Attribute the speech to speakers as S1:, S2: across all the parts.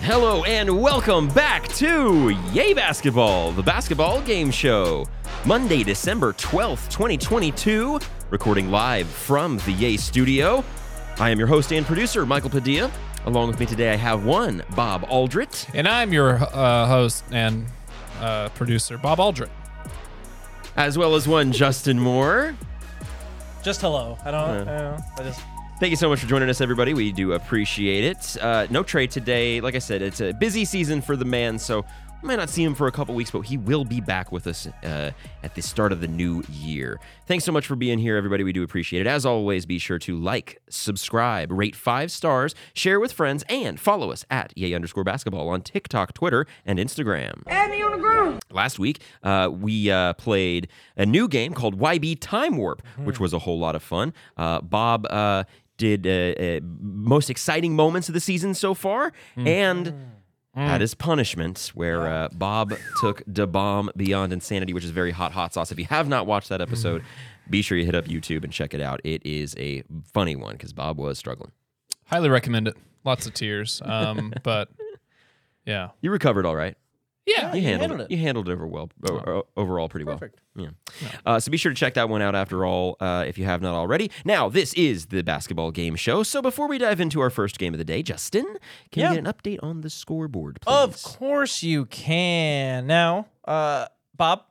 S1: Hello and welcome back to Yay Basketball, the basketball game show. Monday, December 12th, 2022, recording live from the Yay studio. I am your host and producer, Michael Padilla. Along with me today, I have one, Bob Aldrit.
S2: And I'm your uh, host and uh, producer, Bob Aldrin.
S1: as well as one Justin Moore.
S3: Just hello. I don't. I, don't I just.
S1: Thank you so much for joining us, everybody. We do appreciate it. Uh, no trade today. Like I said, it's a busy season for the man, so we might not see him for a couple weeks, but he will be back with us uh, at the start of the new year. Thanks so much for being here, everybody. We do appreciate it. As always, be sure to like, subscribe, rate five stars, share with friends, and follow us at yay underscore basketball on TikTok, Twitter, and Instagram. Last week, uh, we uh, played a new game called YB Time Warp, which was a whole lot of fun. Uh, Bob uh, did uh, uh, most exciting moments of the season so far, and that is punishment, where uh, Bob took the bomb beyond insanity, which is very hot hot sauce. If you have not watched that episode, be sure you hit up YouTube and check it out. It is a funny one because Bob was struggling.
S2: Highly recommend it. Lots of tears. Um, but yeah.
S1: You recovered all right.
S2: Yeah.
S1: you handled,
S3: handled
S1: it. You handled it over well, o- o- overall pretty
S3: Perfect.
S1: well. Yeah. Uh, so be sure to check that one out after all, uh, if you have not already. Now this is the basketball game show. So before we dive into our first game of the day, Justin, can
S3: Yeah.
S1: we get an update on the scoreboard, please?
S3: Of course you can. Now, uh, Bob,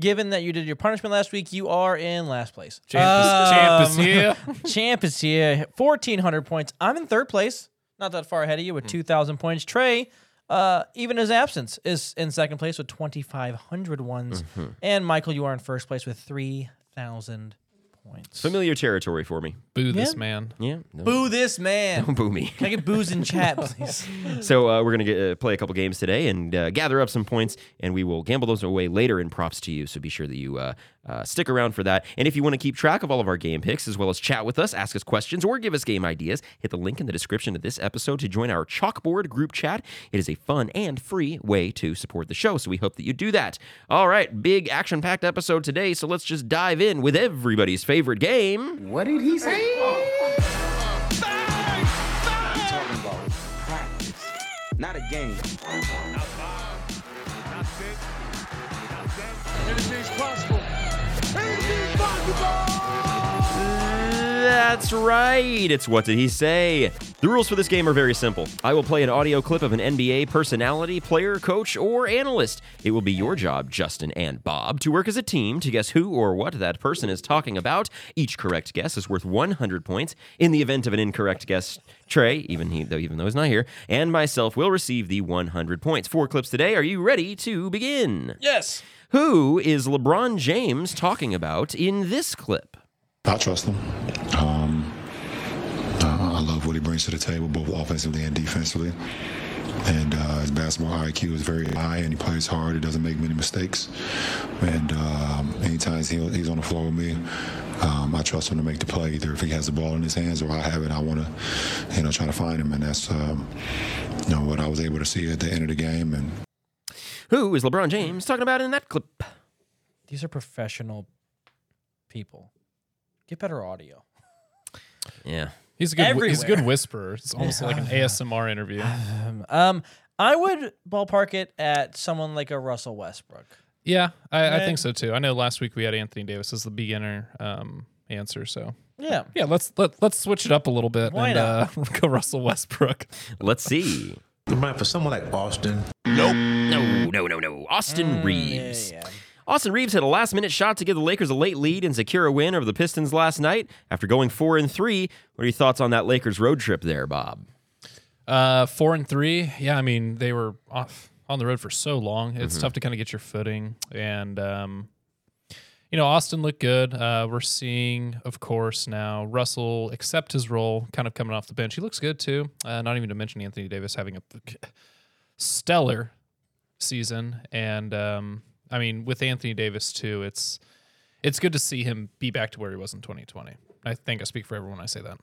S3: given that you did your punishment last week, you are in last place.
S2: Champ is-
S3: Um,
S2: champ is here.
S3: champ is here. Fourteen hundred points. I'm in third place. Not that far ahead of you with two thousand points. Trey. Uh, even his absence is in second place with 2,500 ones. And Michael, you are in first place with 3,000 points.
S1: Familiar territory for me.
S2: Boo this
S3: Yeah.
S2: man.
S1: Yeah. No.
S3: Boo this man.
S1: Boo me.
S3: Can I get booze in chat, please?
S1: so uh, we're gonna get, uh, play a couple games today and uh, gather up some points, and we will gamble those away later in props to you. So be sure that you uh, uh, stick around for that. And if you want to keep track of all of our game picks, as well as chat with us, ask us questions, or give us game ideas, hit the link in the description of this episode to join our chalkboard group chat. It is a fun and free way to support the show, so we hope that you do that. All right, big action-packed episode today, so let's just dive in with everybody's favorite game.
S4: What did he say? Not a game.
S5: Anything's possible. Anything's possible.
S1: That's right. It's what did he say? The rules for this game are very simple. I will play an audio clip of an NBA personality, player, coach, or analyst. It will be your job, Justin and Bob, to work as a team to guess who or what that person is talking about. Each correct guess is worth 100 points. In the event of an incorrect guess, Trey, even he, though even though he's not here, and myself will receive the 100 points. Four clips today. Are you ready to begin?
S3: yes.
S1: Who is LeBron James talking about in this clip?
S6: I trust him. Um, I I love what he brings to the table, both offensively and defensively. And uh, his basketball IQ is very high, and he plays hard. He doesn't make many mistakes. And um, anytime he, he's on the floor with me, um, I trust him to make the play. Either if he has the ball in his hands or I have it, I want to, you know, try to find him. And that's, um, you know, what I was able to see at the end of the game. And
S1: Who is LeBron James talking about in that clip?
S3: These are professional people. Get better audio.
S1: Yeah.
S2: He's a good he's a good
S3: Everywhere.
S2: whisperer. It's almost like an ASMR interview.
S3: Um, I would ballpark it at someone like a Russell Westbrook.
S2: Yeah, I, I
S3: Right.
S2: think so too. I know last week we had Anthony Davis as the beginner um, answer, so
S3: Yeah.
S2: yeah, let's let, let's switch it up a little bit
S3: Why
S2: and uh, go Russell Westbrook.
S1: Let's see.
S7: Right, for someone like Austin,
S1: No, no, no, no. Austin Reeves.
S3: Yeah.
S1: Austin Reeves had a last minute shot to give the Lakers a late lead and secure a win over the Pistons last night after going 4 and 3. What are your thoughts on that Lakers road trip there, Bob?
S2: Uh, four and three. Yeah, I mean they were off on the road for so long. It's tough to kind of get your footing, and um, you know Austin looked good. Uh, we're seeing, of course, now Russell accept his role, kind of coming off the bench. He looks good too. Uh, not even to mention Anthony Davis having a stellar season, and um, I mean with Anthony Davis too, it's it's good to see him be back to where he was in 2020. I think I speak for everyone when I say that.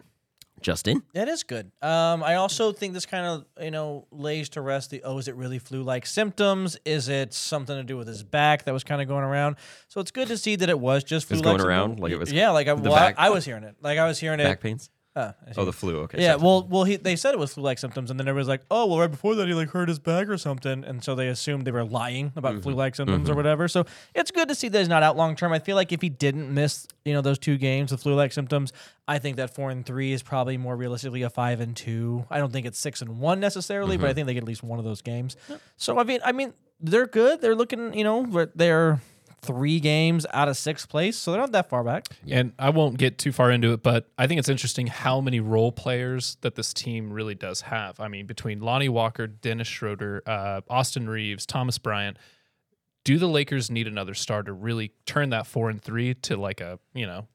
S1: Justin?
S3: That is good. Um, I also think this kind of you know lays to rest the oh, is it really flu-like symptoms? Is it something to do with his back that was kind of going around? So it's good to see that it was just
S1: was
S3: flu-like.
S1: going around,
S3: symptom-
S1: like it was
S3: yeah, like I,
S1: the
S3: well, I-
S1: back-
S3: I was hearing it. Like I was hearing it.
S1: Back pains? Oh, the flu. Okay.
S3: Yeah,
S1: so-
S3: well, well, he, they said it was flu-like symptoms, and then everybody's like, "Oh, well, right before that, he like hurt his back or something," and so they assumed they were lying about flu-like symptoms or whatever. So it's good to see that he's not out long term. I feel like if he didn't miss, you know, those two games with flu-like symptoms, I think that four and three is probably more realistically a five and two. I don't think it's six and one necessarily, but I think they get at least one of those games. So I mean, I mean, they're good. They're looking, you know, but they're three games out of sixth place, so they're not that far back.
S2: And I won't get too far into it, but I think it's interesting how many role players that this team really does have. I mean, between Lonnie Walker, Dennis Schroeder, uh, Austin Reeves, Thomas Bryant, do the Lakers need another star to really turn that four and three to like a you know,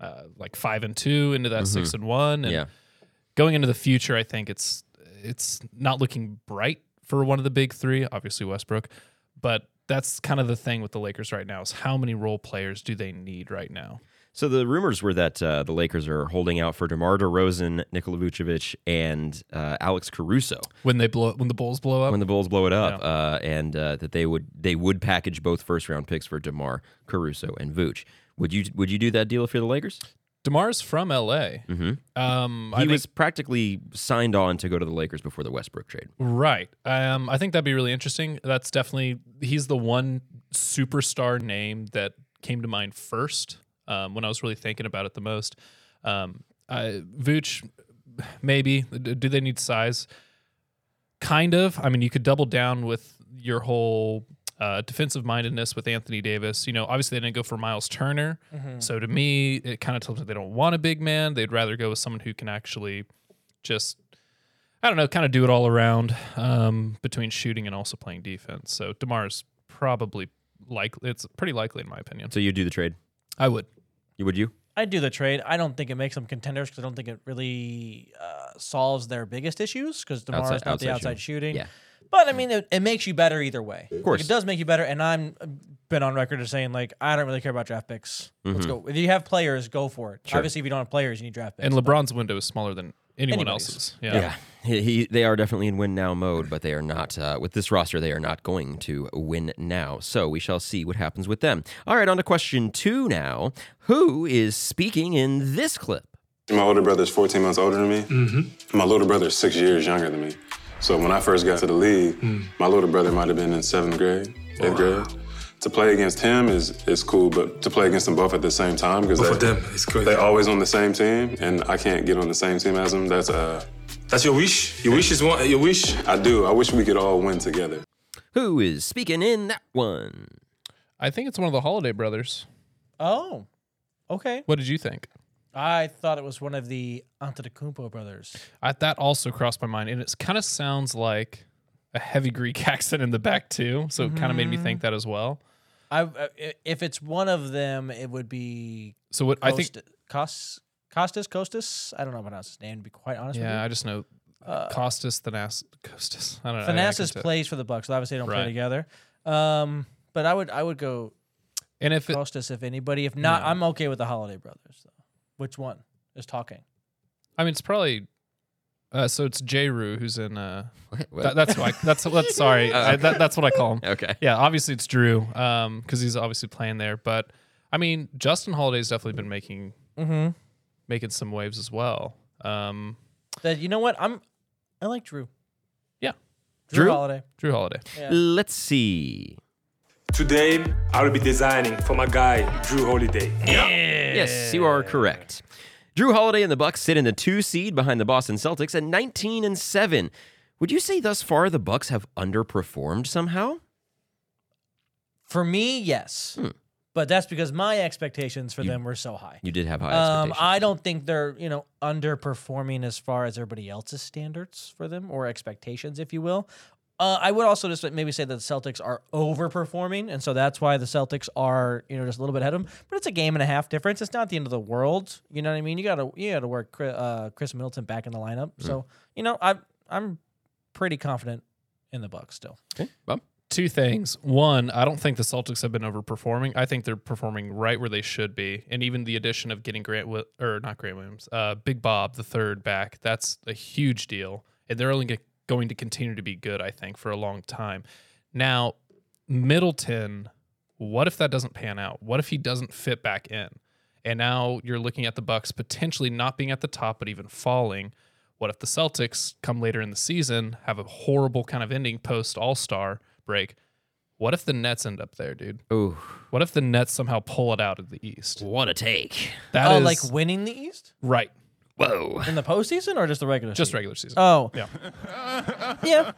S2: uh, like five and two into that six and one? And
S1: Yeah.
S2: going into the future, I think it's it's not looking bright for one of the big three, obviously Westbrook, but that's kind of the thing with the Lakers right now is how many role players do they need right now?
S1: So the rumors were that uh, the Lakers are holding out for DeMar DeRozan, Nikola Vucevic, and uh, Alex Caruso
S2: when they blow when the Bulls blow up.
S1: when the Bulls blow it up, uh, and uh, that they would they would package both first round picks for DeMar Caruso and Vooch. Would you would you do that deal if you're the Lakers?
S2: Demar's from LA.
S1: Mhm.
S2: Um,
S1: he
S2: I
S1: was practically signed on to go to the Lakers before the Westbrook trade.
S2: think, right. Um, I think that'd be really interesting. That's definitely he's the one superstar name that came to mind first um, when I was really thinking about it the most. Um, I, Vooch, maybe. D- Do they need size? Kind of. I mean, you could double down with your whole uh, defensive mindedness with Anthony Davis. You know, obviously they didn't go for Miles Turner. So to me, it kind of tells me they don't want a big man. They'd rather go with someone who can actually just, I don't know, kind of do it all around um, between shooting and also playing defense. So Demar's probably likely. It's pretty likely in my opinion.
S1: So you do the trade?
S2: I would.
S1: You would you?
S3: I do the trade. I don't think it makes them contenders because I don't think it really uh, solves their biggest issues because DeMar
S1: Outside-
S3: is not the
S1: outside
S3: outside shooting.
S1: Yeah.
S3: But I mean, it, it makes you better either way. Of
S1: course.
S3: it does make you better. And I'm uh, been on record as saying like I don't really care about draft picks. Let's go. If you have players, go for it. Obviously, if you don't have players, you need draft picks.
S2: And LeBron's window is smaller than anyone
S3: Anybody's.
S2: else's.
S1: Yeah, he, he, they are definitely in win now mode, but they are not uh, with this roster. They are not going to win now, so we shall see what happens with them. All right, on to question two now. Who is speaking in this clip?
S8: My older brother is 14 months older than me.
S9: Mm-hmm.
S8: My little brother is six years younger than me. So when I first got to the league,
S9: Mm.
S8: my little brother might have been in seventh grade, eighth grade. To play against him is is cool, but to play against them both at the same time because
S9: for them, it's crazy.
S8: they always on the same team, and I can't get on the same team as them. That's uh,
S9: That's your wish. Your wish is one. Your wish.
S8: I do. I wish we could all win together.
S1: Who is speaking in that one?
S2: I think it's one of the Holiday brothers.
S3: oh, okay.
S2: What did you think?
S3: I thought it was one of the Antetokounmpo brothers.
S2: I, that also crossed my mind, and it kind of sounds like a heavy Greek accent in the back too. So it kind of made me
S3: Mm-hmm.
S2: think that as well.
S3: I uh, i- if it's one of them, it would be
S2: So what I think,
S3: Cost- Cos- Costas Costas. I don't know how to pronounce his name. To be quite honest with you.
S2: yeah, I just know Costas Thanas Costas. I don't know. I- I
S3: Uh, Thanasis
S2: can't-
S3: plays for the Bucks. so Obviously, they don't
S2: Right.
S3: play together. Um, but I would I would go
S2: and if it,
S3: Costas if anybody. If not, I'm okay with the Holiday Brothers. Though. Which one is talking?
S2: I mean, it's probably. Uh, so it's Jeru who's in. Uh,
S1: What?
S2: that, that's why. That's that's sorry. I, that, that's what I call him.
S1: Okay.
S2: Yeah, obviously it's Drew, um, because he's obviously playing there. But I mean, Justin Holiday's definitely been making
S3: Mm-hmm.
S2: making some waves as well. Um,
S3: That you know what I'm. I like Drew.
S2: yeah,
S3: Drew,
S1: Drew?
S3: Holiday.
S2: Drew Holiday.
S1: Let's see.
S10: Today, I will be designing for my guy, Drew Holiday.
S1: Yes, you are correct. Drew Holiday and the Bucks sit in the two seed behind the Boston Celtics at 19 and seven. Would you say thus far the Bucks have underperformed somehow?
S3: For me, yes.
S2: Hmm.
S3: But that's because my expectations for them were so high.
S1: You did have high
S3: Um,
S1: expectations.
S3: I don't think they're you know underperforming as far as everybody else's standards for them or expectations, if you will. Uh, I would also just maybe say that the Celtics are overperforming, and so that's why the Celtics are you know just a little bit ahead of them. But it's a game and a half difference. It's not the end of the world. You know what I mean? You gotta you gotta work Chri- uh, Chris Middleton back in the lineup.
S2: Mm.
S3: So you know I'm I'm pretty confident in the Bucks still.
S1: okay. Bob?
S2: Two things. One, I don't think the Celtics have been overperforming. I think they're performing right where they should be. And even the addition of getting Grant Wi- or not Grant Williams, uh, Big Bob the third back, that's a huge deal. And they're only go- going to continue to be good, I think, for a long time. Now, Middleton, what if that doesn't pan out? What if he doesn't fit back in? And now you're looking at the Bucks potentially not being at the top, but even falling. What if the Celtics come later in the season have a horrible kind of ending post All Star break? What if the Nets end up there, dude?
S1: Ooh,
S2: What if the Nets somehow pull it out of the East?
S1: what a take!
S2: That
S3: Oh,
S2: is
S3: like winning the East
S2: right,
S1: Whoa,
S3: in the postseason or just the regular?
S2: just
S3: season?
S2: regular season.
S3: Oh,
S2: Yeah.
S3: yeah.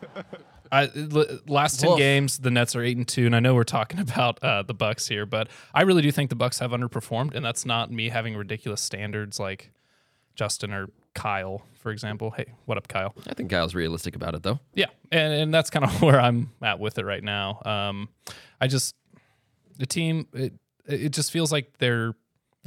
S2: I, l- last ten
S3: Woof.
S2: games, the Nets are eight and two, and I know we're talking about uh, the Bucks here, but I really do think the Bucks have underperformed, and that's not me having ridiculous standards like Justin or Kyle, for example. Hey, what up, Kyle?
S1: I think Kyle's realistic about it though.
S2: Yeah, and, and that's kind of where I'm at with it right now. Um, I just the team, it it just feels like they're,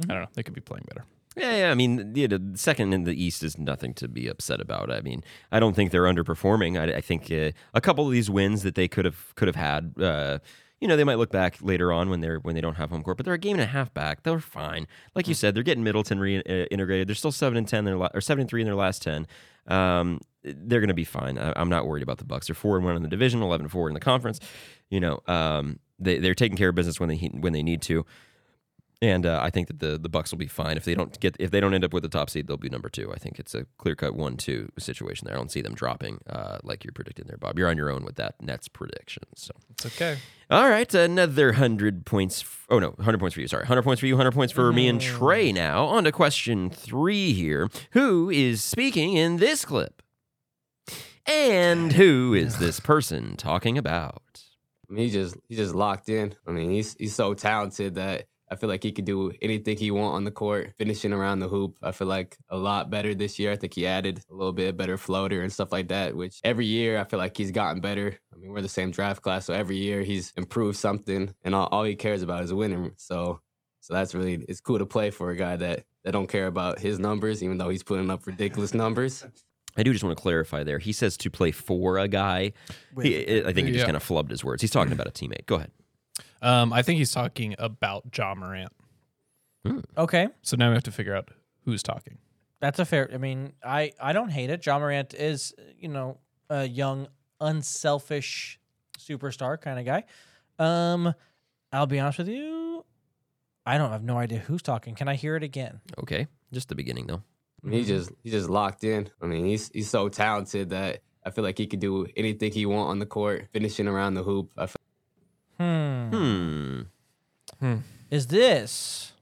S2: I don't know, they could be playing better.
S1: Yeah, yeah. I mean, you know, second in the East is nothing to be upset about. I mean, I don't think they're underperforming. I, I think uh, a couple of these wins that they could have could have had. Uh, you know, they might look back later on when they're when they don't have home court, but they're a game and a half back. They're fine. Like you said, they're getting Middleton reintegrated. They're still seven and ten. in Their la- or seven and three in their last ten. Um, they're going to be fine. I, I'm not worried about the Bucks. They're four and one in the division, eleven and four in the conference. You know, um, they they're taking care of business when they he- when they need to and uh, I think that the the Bucks will be fine if they don't get if they don't end up with the top seed, they'll be number two. I think it's a clear cut one two situation there. I don't see them dropping uh, like you're predicting there, Bob. You're on your own with that Nets prediction. So
S2: It's okay.
S1: all right, another hundred points. F- oh no, hundred points for you. Sorry, hundred points for you. Hundred points for me and Trey. Now on to question three here. Who is speaking in this clip? And who is this person talking about?
S11: I mean, he just he just locked in. I mean, he's he's so talented that I feel like he could do anything he want on the court, finishing around the hoop. I feel like a lot better this year. I think he added a little bit better floater and stuff like that, which every year I feel like he's gotten better. I mean, we're the same draft class, so every year he's improved something, and all, all he cares about is winning. So, so that's really it's cool to play for a guy that that don't care about his numbers, even though he's putting up ridiculous numbers.
S1: I do just want to clarify there. He says to play for a guy. He, I think he just
S2: Yeah.
S1: kind of flubbed his words. He's talking about a teammate. Go ahead.
S2: Um, I think he's talking about Ja Morant.
S3: Okay,
S2: So now we have to figure out who's talking.
S3: that's a fair. I mean, I I don't hate it. John Morant is you know a young, unselfish superstar kind of guy. Um, I'll be honest with you. I don't have no idea who's talking. Can I hear it again?
S1: Okay, just the beginning though.
S11: I mean, he just he just locked in. I mean, he's he's so talented that I feel like he could do anything he want on the court, finishing around the hoop. I feel
S1: Hmm.
S3: Is this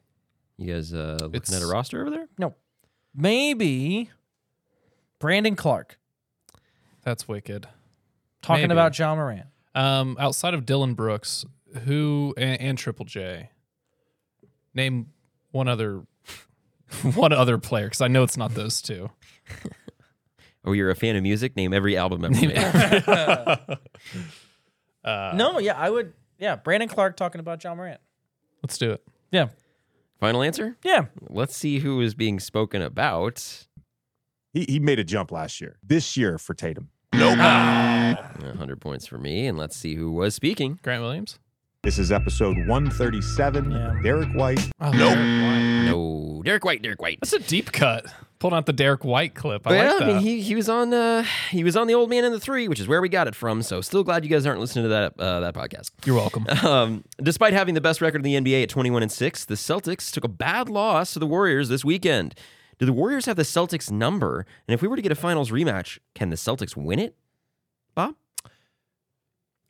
S1: You guys uh, looking
S2: It's-
S1: at a roster over there?
S3: no? Maybe Brandon Clark
S2: That's wicked.
S3: talking
S2: Maybe.
S3: about John Morant.
S2: Um, outside of Dylan Brooks, who and, and Triple J, name one other one other player because I know it's not those two.
S1: Oh, you're a fan of music? Name every album ever. made.
S3: no, yeah, I would. Yeah, Brandon Clark talking about John Morant.
S2: Let's do it.
S3: Yeah,
S1: Final answer.
S3: yeah.
S1: Let's see who is being spoken about.
S12: He, he made a jump last year. This year for Tatum.
S1: hundred points for me, and let's see who was speaking.
S2: Grant Williams.
S12: This is episode 137.
S3: Yeah.
S12: Derek White.
S2: Oh, nope.
S1: No, Derek White. Derek White.
S2: That's a deep cut. Pulled out the Derek White clip. I
S1: yeah,
S2: like that.
S1: I mean, he he was on uh he was on the old man and the three, which is where we got it from. So still glad you guys aren't listening to that uh, that podcast.
S2: You're welcome.
S1: Um, despite having the best record in the NBA at 21 and 6, the Celtics took a bad loss to the Warriors this weekend. Do the Warriors have the Celtics number? And if we were to get a finals rematch, can the Celtics win it? Bob?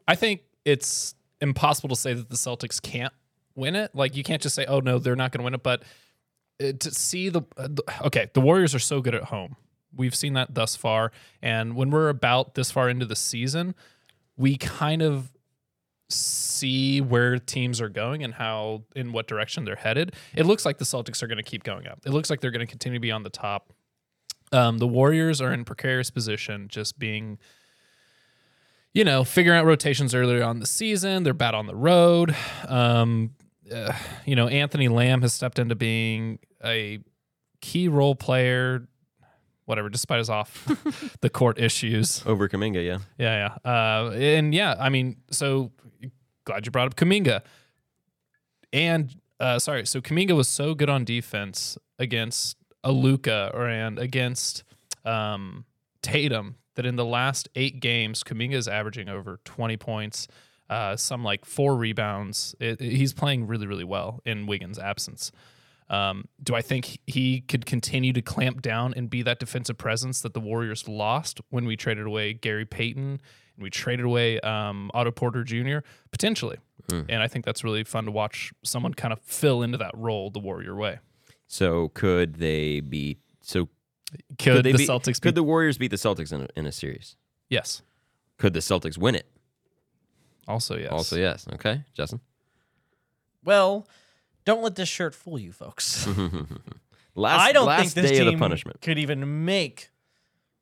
S2: I think it's impossible to say that the Celtics can't win it. Like you can't just say, "Oh no, they're not going to win it." But uh, to see the, uh, the okay, the Warriors are so good at home. We've seen that thus far, and when we're about this far into the season, we kind of see where teams are going and how in what direction they're headed. It looks like the Celtics are going to keep going up. It looks like they're going to continue to be on the top. Um, the Warriors are in precarious position, just being you know, figuring out rotations earlier on in the season. They're bad on the road. Um, uh, you know, Anthony Lamb has stepped into being a key role player, whatever, despite his off the court issues.
S1: Over Kaminga, yeah.
S2: Yeah, yeah. Uh, and yeah, I mean, so glad you brought up Kaminga. And uh, sorry, so Kaminga was so good on defense against Aluka or and against um, Tatum that in the last eight games, Kaminga is averaging over 20 points, uh, some like four rebounds. It, it- he's playing really, really well in Wiggins' absence. Um, do I think he could continue to clamp down and be that defensive presence that the Warriors lost when we traded away Gary Payton and we traded away um, Otto Porter Jr. potentially?
S1: Mm.
S2: And I think that's really fun to watch someone kind of fill into that role the Warrior way.
S1: So could they be? So
S2: Could,
S1: they
S2: the
S1: beat-
S2: Celtics
S1: Could
S2: be?
S1: the Warriors beat the Celtics in a, in a series?
S2: yes.
S1: Could the Celtics win it?
S2: Also yes.
S1: Also, yes. Okay, Justin.
S3: Well, don't let this shirt fool you, folks.
S1: last,
S3: I don't
S1: last
S3: think this
S1: day
S3: team
S1: of the punishment.
S3: could even make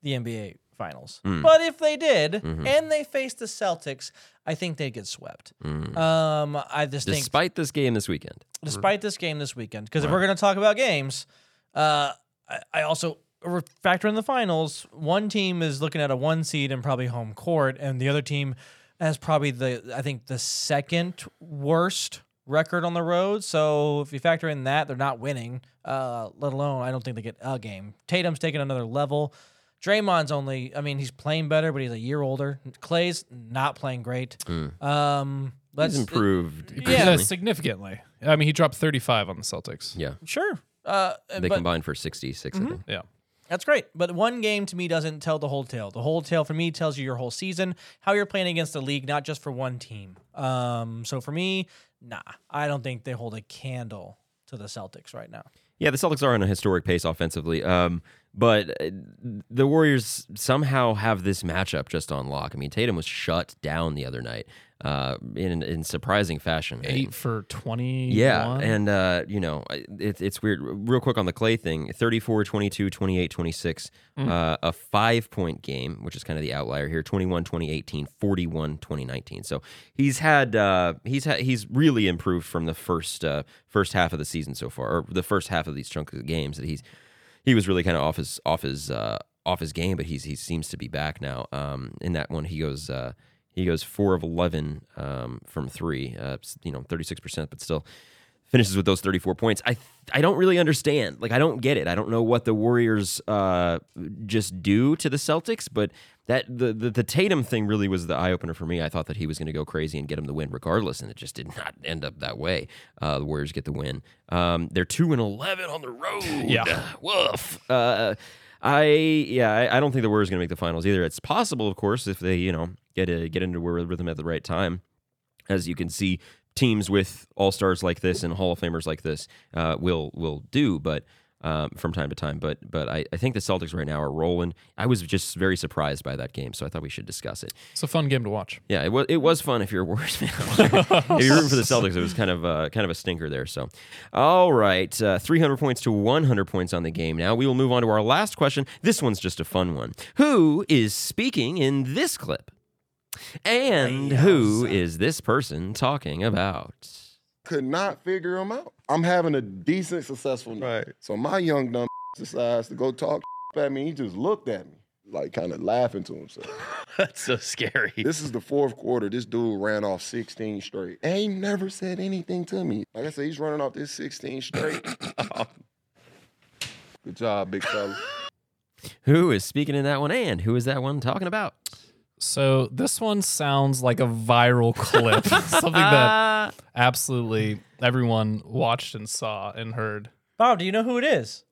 S3: the NBA Finals.
S1: Mm.
S3: But if they did,
S1: Mhm.
S3: and they faced the Celtics, I think they'd get swept.
S1: Mm.
S3: Um, I just think
S1: Despite this game this weekend,
S3: despite this game this weekend. Because if
S1: Right.
S3: we're going to talk about games, uh, I, I also re- factor in the finals. One team is looking at a one seed and probably home court, and the other team has probably the I think the second worst record on the road. So if you factor in that, they're not winning. Uh, let alone I don't think they get a game. Tatum's taking another level. Draymond's only I mean he's playing better, but he's a year older. Clay's not playing great.
S1: Mm.
S3: Um, let's
S1: he's improved.
S3: yeah.
S2: Yeah,
S1: recently.
S2: significantly. I mean, he dropped 35 on the Celtics.
S1: yeah.
S3: sure. Uh,
S1: They
S3: but- Mm-hmm.
S1: combined for sixty-six. I think.
S2: Yeah.
S3: That's great. But one game to me doesn't tell the whole tale. The whole tale for me tells you your whole season, how you're playing against the league, not just for one team. Um, so for me, nah, I don't think they hold a candle to the Celtics right now.
S1: Yeah, the Celtics are on a historic pace offensively. Um, but uh, the Warriors somehow have this matchup just on lock. I mean, Tatum was shut down the other night uh, in in surprising fashion.
S2: Eight for 20.
S1: Yeah, and uh, you know, I- it, it's weird. Real quick on the Clay thing 34, 22, 28, 26, uh, a five point game, which is kind of the outlier here 21, 2018, 41, 2019. So he's had, uh, he's had, he's really improved from the first, uh, first half of the season so far, or the first half of these chunk of games that he's, he was really kind of off his, off his, uh, off his game, but he's, he seems to be back now. Um, in that one, he goes, uh, he goes four of eleven um, from three, uh, s- you know, thirty six percent, but still finishes with those thirty four points. I th- I don't really understand. Like I don't get it. I don't know what the Warriors uh, just do to the Celtics, but that the, the the Tatum thing really was the eye opener for me. I thought that he was going to go crazy and get him the win regardless, and it just did not end up that way. Uh, the Warriors get the win. Um, they're two and eleven on the road.
S2: Yeah.
S1: woof. Uh, I yeah, I, I don't think the Warriors are going to make the finals either. It's possible, of course, if they you know get a, get into a rhythm at the right time. As you can see, teams with all stars like this and Hall of Famers like this uh, will will do, but um, from time to time. But but I, I think the Celtics right now are rolling. I was just very surprised by that game, so I thought we should discuss it.
S2: It's a fun game to watch.
S1: Yeah, it was it was fun if you're a Warriors fan. if you're rooting for the Celtics, it was kind of uh, kind of a stinker there. So, all right, uh, 300 points to 100 points on the game. Now we will move on to our last question. This one's just a fun one. Who is speaking in this clip? And who is this person talking about?
S13: could not figure him out. I'm having a decent, successful night. So my young dumb decides to go talk at me. He just looked at me, like kind of laughing to himself.
S14: That's so scary.
S13: This is the fourth quarter. This dude ran off 16 straight. And he never said anything to me. Like I said, he's running off this 16 straight. Good job, big fella.
S1: Who is speaking in that one? And who is that one talking about?
S2: So this one sounds like a viral clip, something that absolutely everyone watched and saw and heard.
S3: Bob, do you know who it is?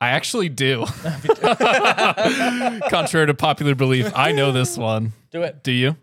S2: I actually do. Contrary to popular belief, I know this one.
S3: Do it.
S2: Do you?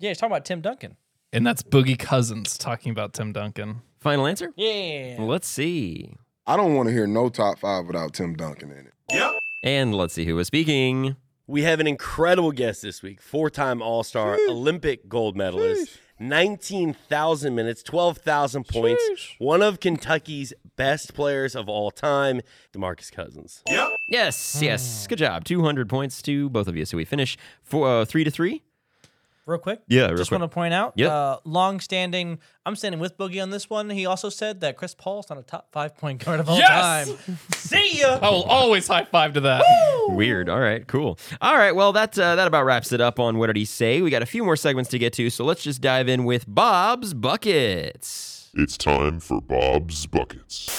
S3: Yeah, he's talking about Tim Duncan.
S2: And that's Boogie Cousins talking about Tim Duncan.
S1: Final answer?
S3: Yeah.
S1: Let's see.
S13: I don't want to hear no top five without Tim Duncan in it.
S1: And let's see who is speaking.
S14: We have an incredible guest this week four time All Star, Olympic gold medalist, 19,000 minutes, 12,000 points, one of Kentucky's best players of all time, Demarcus Cousins.
S1: Yes, yes. Good job. 200 points to both of you. So we finish four, uh, three to three.
S3: Real quick.
S1: Yeah, real
S3: Just
S1: quick.
S3: want to point out,
S1: Yep.
S3: uh, long-standing. I'm standing with Boogie on this one. He also said that Chris Paul's not a top five point guard of all
S2: Yes! Oh.
S3: time. See ya.
S2: I will always high five to that.
S1: Weird. All right, cool. All right, well, that, uh, that about wraps it up on What Did He Say? We got a few more segments to get to, so let's just dive in with Bob's Buckets.
S15: It's time for Bob's Buckets.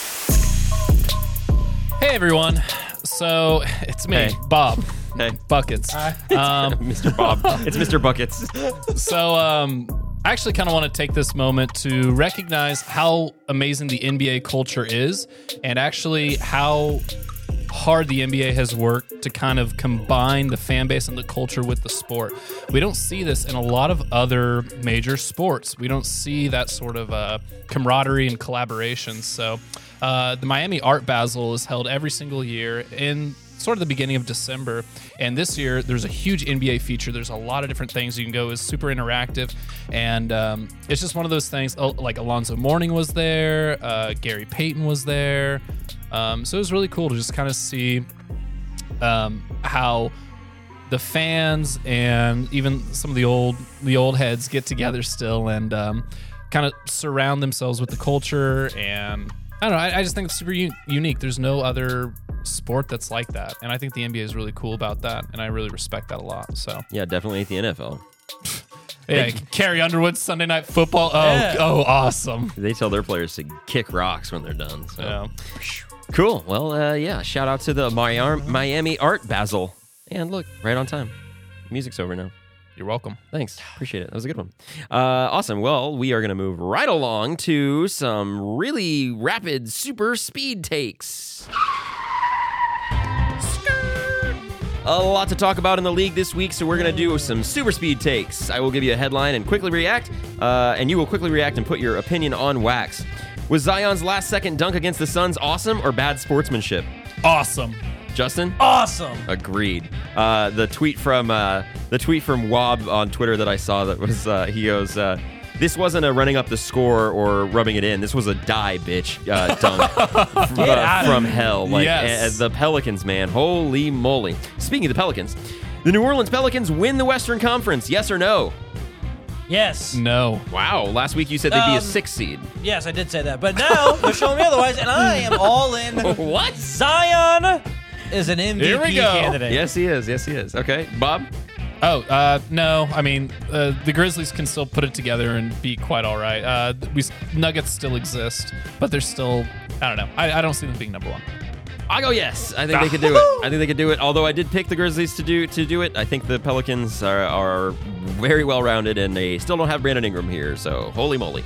S2: Hey everyone. So it's me,
S1: Hey.
S2: Bob.
S1: Hey.
S2: Buckets. Um,
S1: Mr. Bob. it's Mr. Buckets.
S2: so um I actually kind of want to take this moment to recognize how amazing the NBA culture is and actually how hard the NBA has worked to kind of combine the fan base and the culture with the sport. We don't see this in a lot of other major sports. We don't see that sort of uh, camaraderie and collaboration. So, uh, the Miami Art Basel is held every single year in sort of the beginning of December. And this year, there's a huge NBA feature. There's a lot of different things you can go. It's super interactive, and um, it's just one of those things. oh, Like Alonzo Mourning was there, uh, Gary Payton was there. Um, so it was really cool to just kind of see um, how the fans and even some of the old the old heads get together still and um, kind of surround themselves with the culture and I don't know. I, I just think it's super u- unique. There's no other sport that's like that, and I think the NBA is really cool about that, and I really respect that a lot. So
S1: Yeah, definitely at the NFL.
S2: yeah, Carrie Underwood Sunday Night Football. Oh, oh, awesome.
S1: They tell their players to kick rocks when they're done. So. Cool. Well, uh, yeah, shout out to the Mi- Miami Art Basel. And look, right on time. Music's over now.
S2: You're welcome.
S1: Thanks. Appreciate it. That was a good one. Uh, awesome. Well, we are going to move right along to some really rapid super speed takes. A lot to talk about in the league this week, so we're going to do some super speed takes. I will give you a headline and quickly react, uh, and you will quickly react and put your opinion on wax. Was Zion's last second dunk against the Suns awesome or bad sportsmanship?
S2: Awesome.
S1: Justin?
S3: Awesome.
S1: Agreed. Uh, the tweet from uh, the tweet from Wob on Twitter that I saw that was uh, he goes, uh, "This wasn't a running up the score or rubbing it in. This was a die, bitch, uh, dunk from, uh,
S2: Get out of
S1: from
S2: here.
S1: hell." Like
S2: Yes.
S1: a- the Pelicans, man, holy moly! Speaking of the Pelicans, the New Orleans Pelicans win the Western Conference. Yes or no?
S3: Yes.
S2: No.
S1: Wow. Last week you said they'd be a
S3: Um,
S1: six seed.
S3: Yes, I did say that. But now they're showing me otherwise, and I am all in.
S1: What?
S3: Zion is an MVP
S2: Here we go.
S3: candidate.
S1: Oh, Yes, he is. Yes, he is. Okay, Bob.
S2: Oh, uh, no. I mean, uh, the Grizzlies can still put it together and be quite all right. Uh, we Nuggets still exist, but they're still, I don't know. I, I don't see them being number one.
S1: I go yes. I think they could do it. I think they could do it. Although I did pick the Grizzlies to do to do it. I think the Pelicans are, are very well rounded, and they still don't have Brandon Ingram here. So holy moly!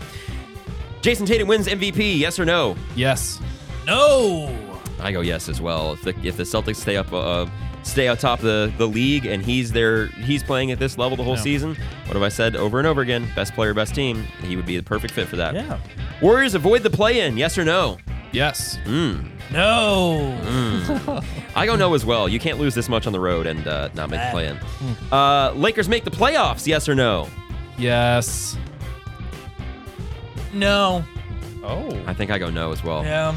S1: Jason Tatum wins MVP. Yes or no?
S2: Yes.
S3: No.
S1: I go yes as well. If the if the Celtics stay up uh, stay atop the the league, and he's there, he's playing at this level the whole
S2: Yeah.
S1: season. What have I said over and over again? Best player, best team. He would be the perfect fit for that.
S3: Yeah.
S1: Warriors avoid the play in. Yes or no?
S2: Yes.
S1: Mm.
S3: No.
S1: Mm. I go no as well. You can't lose this much on the road and uh, not make the play in.
S3: Hmm.
S1: Uh, Lakers make the playoffs, yes or no?
S2: Yes.
S3: No.
S2: Oh.
S1: I think I go no as well.
S3: Yeah.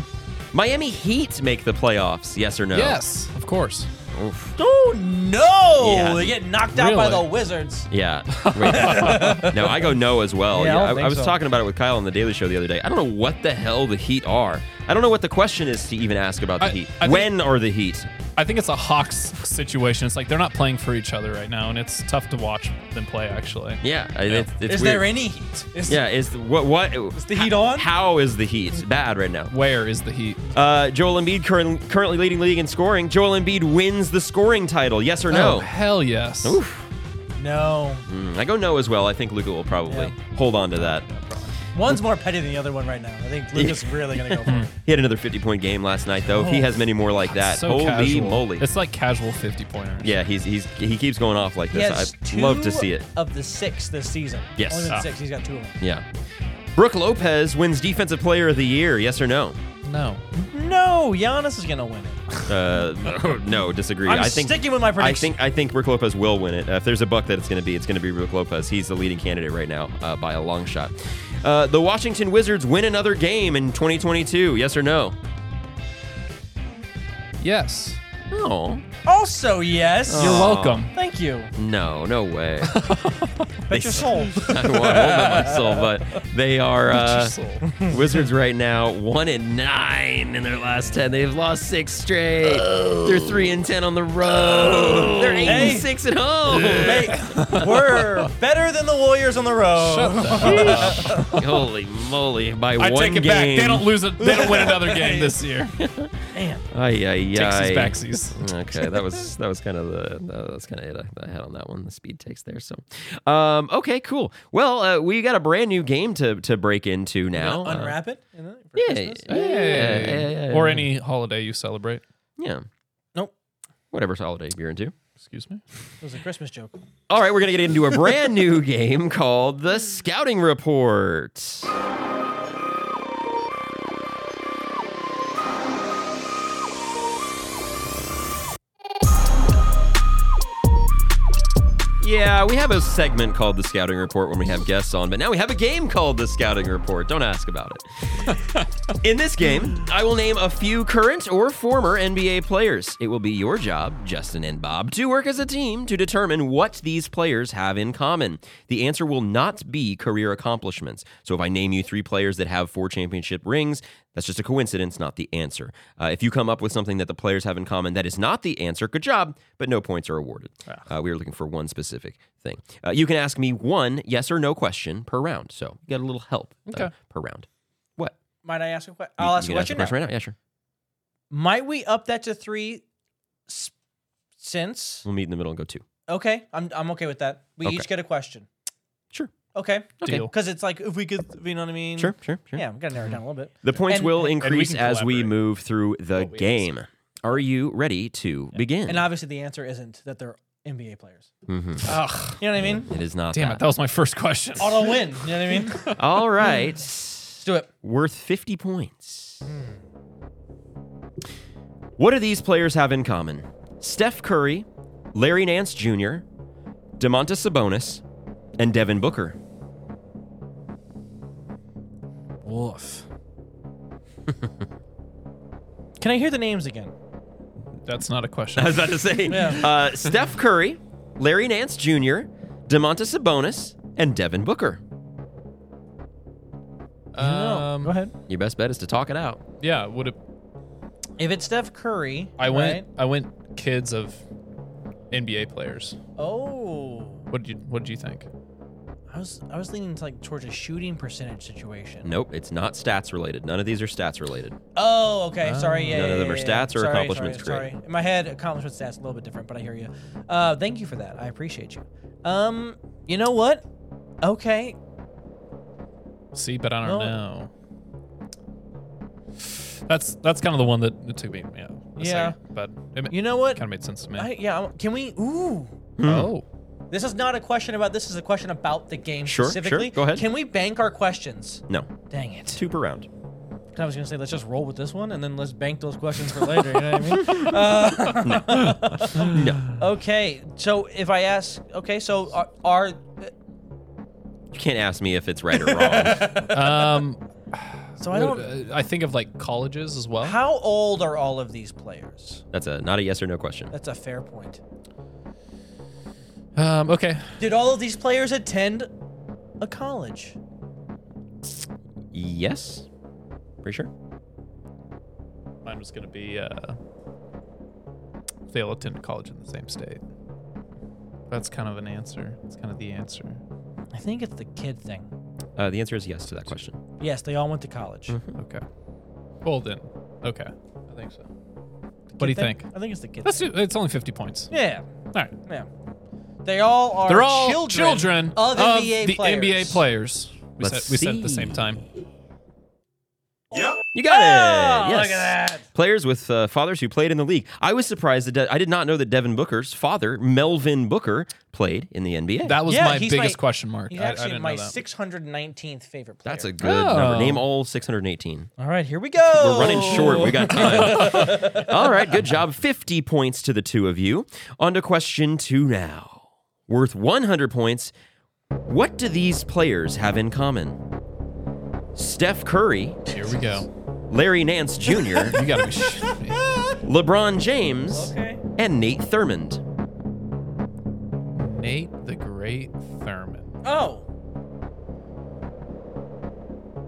S1: Miami Heat make the playoffs, yes or no?
S2: Yes, of course.
S1: Oof.
S3: Oh no!
S1: Yeah.
S3: They get knocked out by the
S1: Really?
S3: Wizards.
S1: Yeah. Wait. no, I go no as well.
S3: Yeah, I
S1: Yeah,
S3: don't
S1: I, I
S3: think
S1: was
S3: so.
S1: talking about it with Kyle on the Daily Show the other day. I don't know what the hell the Heat are. I don't know what the question is to even ask about the
S2: I-
S1: Heat.
S2: I think-
S1: when are the Heat?
S2: I think it's a Hawks situation. It's like they're not playing for each other right now, and it's tough to watch them play, actually.
S1: Yeah. I- It's, it's
S3: is
S1: weird.
S3: there any heat? Is
S1: Yeah, is the- what what
S3: Is the Heat on?
S1: How is the Heat bad right now?
S2: Where is the Heat?
S1: Uh, Joel Embiid current, currently leading the league in scoring. Joel Embiid wins the scoring title. Yes or
S2: Oh,
S1: no?
S2: hell yes.
S1: Oof.
S3: No.
S1: Mm, I go no as well. I think Luca will probably hold on to that.
S3: One's more petty than the other one right now. I think Luca's really gonna go for it.
S1: He had another 50 point game last night though. If he has many more like that,
S2: Oh. So
S1: holy
S2: casual.
S1: moly!
S2: It's like casual 50 pointer.
S1: Yeah, he's he's he keeps going off like
S3: He
S1: this.
S3: has
S1: I'd
S3: two
S1: love to see it.
S3: Of the six this season.
S1: Yes.
S3: Only been
S1: Ah.
S3: six. He's got two of them.
S1: Yeah. Brooke Lopez wins Defensive Player of the Year. Yes or no?
S2: No.
S3: No, Giannis is gonna win it.
S1: Uh, no, disagree.
S3: I'm
S1: I think
S3: sticking with my
S1: I
S3: prediction.
S1: think I think Brook Lopez will win it. Uh, if there's a buck that it's going to be, it's going to be Brook Lopez. He's the leading candidate right now uh, by a long shot. Uh, the Washington Wizards win another game in 2022. Yes or no?
S2: Yes.
S1: No.
S3: Also, yes.
S1: You're welcome.
S3: Thank you.
S1: No, no way.
S3: Bet your soul.
S1: I won't bet my soul, but they are
S3: Bet your
S1: uh,
S3: soul.
S1: Wizards right now one and nine in their last ten. They've lost six straight. They're three and ten on the road. They're eight
S3: Hey.
S1: and six at home.
S3: Hey, we're better than the Warriors on the road.
S1: Holy moly! By
S2: I
S1: one
S2: take it
S1: game,
S2: back. They don't lose it. They don't win another game this year.
S1: Ay, ay, ay.
S2: Takesies, backsies.
S1: Okay, that was that was kind of the that was kind of it I, I had on that one. The speed takes there. So, um, okay, cool. Well, uh, we got a brand new game to to break into now.
S3: Gonna
S1: Uh,
S3: unwrap it. and then for
S1: yeah,
S3: Christmas?
S1: yeah, yeah, yeah, yeah, yeah.
S2: Or any holiday you celebrate.
S1: Yeah.
S3: Nope.
S1: Whatever holiday you're into.
S2: Excuse me.
S3: It was a Christmas joke.
S1: All right, we're gonna get into a brand new game called the Scouting Report. Yeah, we have a segment called the Scouting Report when we have guests on, but now we have a game called the Scouting Report. Don't ask about it. In this game, I will name a few current or former NBA players. It will be your job, Justin and Bob, to work as a team to determine what these players have in common. The answer will not be career accomplishments. So if I name you three players that have four championship rings, that's just a coincidence, not the answer. Uh, if you come up with something that the players have in common that is not the answer, good job, but no points are awarded.
S3: Ah.
S1: Uh, we were looking for one specific thing. Uh, you can ask me one yes or no question per round. So you got a little help uh,
S3: Okay.
S1: per round.
S3: Might I ask a question?
S1: You-
S3: I'll
S1: you
S3: ask a
S1: can
S3: question.
S1: right
S3: now.
S1: now. Yeah, sure.
S3: Might we up that to three? s- Since
S1: We'll meet in the middle and go two.
S3: okay, I'm I'm okay with that. We
S1: Okay.
S3: each get a question.
S1: Sure.
S3: Okay.
S1: Okay. Deal.
S3: Because it's like if we could, you know what I mean.
S1: Sure, sure, sure.
S3: Yeah, we gotta narrow it down a little bit.
S1: The points
S3: And-
S1: will
S3: and we
S1: increase
S3: can
S1: as we move through the game. Are you ready to begin?
S3: And obviously, the answer isn't that they're NBA players.
S1: Mhm.
S2: Ugh.
S3: You know what I mean?
S1: It is not.
S2: Damn it. That was my first question.
S3: Auto win. You know what I mean?
S1: All right. Let's
S3: do it.
S1: Worth 50 points. What do these players have in common? Steph Curry, Larry Nance Jr., DeMontis Sabonis, and Devin Booker.
S2: Wolf.
S3: Can I hear the names again?
S2: That's not a question.
S1: I was about to say
S3: Yeah.
S1: uh, Steph Curry, Larry Nance Jr., DeMontis Sabonis, and Devin Booker.
S2: Um,
S3: Go ahead.
S1: Your best bet is to talk it out.
S2: Yeah. Would it?
S3: If it's Steph Curry,
S2: I went.
S3: right?
S2: I went. Kids of NBA players.
S3: Oh,
S2: What did you? What did you think?
S3: I was I was leaning to like towards a shooting percentage situation.
S1: Nope, it's not stats related. None of these are stats related.
S3: Oh, okay. Sorry. Yeah.
S1: None of
S3: yeah,
S1: them are
S3: yeah, yeah.
S1: stats or
S3: Sorry,
S1: accomplishments
S3: Sorry, sorry. In my head, accomplishment stats a little bit different, but I hear you. Uh, thank you for that. I appreciate you. Um, you know what? Okay.
S2: See, but I don't
S3: No.
S2: know. That's that's kind of the one that it took me. Yeah. a
S3: Yeah.
S2: second, but it
S3: You know what?
S2: kind of made sense to me.
S3: I, yeah. I'm- Can we? Ooh.
S2: Oh.
S3: This is not a question about. This is a question about the game
S1: Sure, sure.
S3: specifically.
S1: Go ahead.
S3: Can we bank our questions?
S1: No.
S3: Dang it.
S1: Two per round.
S3: I was gonna say let's just roll with this one and then let's bank those questions for later. You know what I mean? Uh, Okay. So if I ask, okay, so are, are
S1: You can't ask me if it's right or wrong.
S2: um.
S3: so I don't.
S2: I think of like colleges as well.
S3: How old are all of these players?
S1: That's a not a yes or no question.
S3: That's a fair point.
S2: Um. Okay.
S3: Did all of these players attend a college?
S1: Yes. Pretty sure.
S2: Mine was gonna be uh, they all attend college in the same state. That's kind of an answer. That's kind of the answer.
S3: I think it's the kid thing.
S1: Uh, the answer is yes to that question.
S3: Yes, they all went to college.
S2: Okay. Well then, okay. I think so. What do you
S3: Kid thing?
S2: think?
S3: I think it's the kid.
S2: That's
S3: thing.
S2: it's only fifty points.
S3: Yeah.
S2: All right.
S3: Yeah. They all are.
S2: They're all
S3: children,
S2: children,
S3: of, NBA
S2: the
S3: players.
S2: NBA players. We
S1: Let's
S2: said we said at the
S1: see.
S2: same time.
S1: You got
S3: Oh,
S1: it. Yes.
S3: look at that.
S1: Players with uh, fathers who played in the league. I was surprised that De- I did not know that Devin Booker's father, Melvin Booker, played in the NBA.
S2: That was
S3: Yeah,
S2: my
S3: he's
S2: biggest
S3: my-
S2: question mark.
S3: He's
S2: I, I
S3: actually
S2: didn't
S3: my
S2: know that.
S3: 619th favorite player.
S1: That's a good
S2: Oh.
S1: number. Name all 618.
S3: All right, here we go.
S1: We're running short. We got time. all right, good job. 50 points to the two of you. On to question two now. Worth 100 points. What do these players have in common? Steph Curry,
S2: Here we go.
S1: Larry Nance Jr.,
S2: You gotta be shitting me.
S1: LeBron James,
S3: Okay.
S1: and Nate Thurmond.
S2: Nate the Great Thurman.
S3: Oh.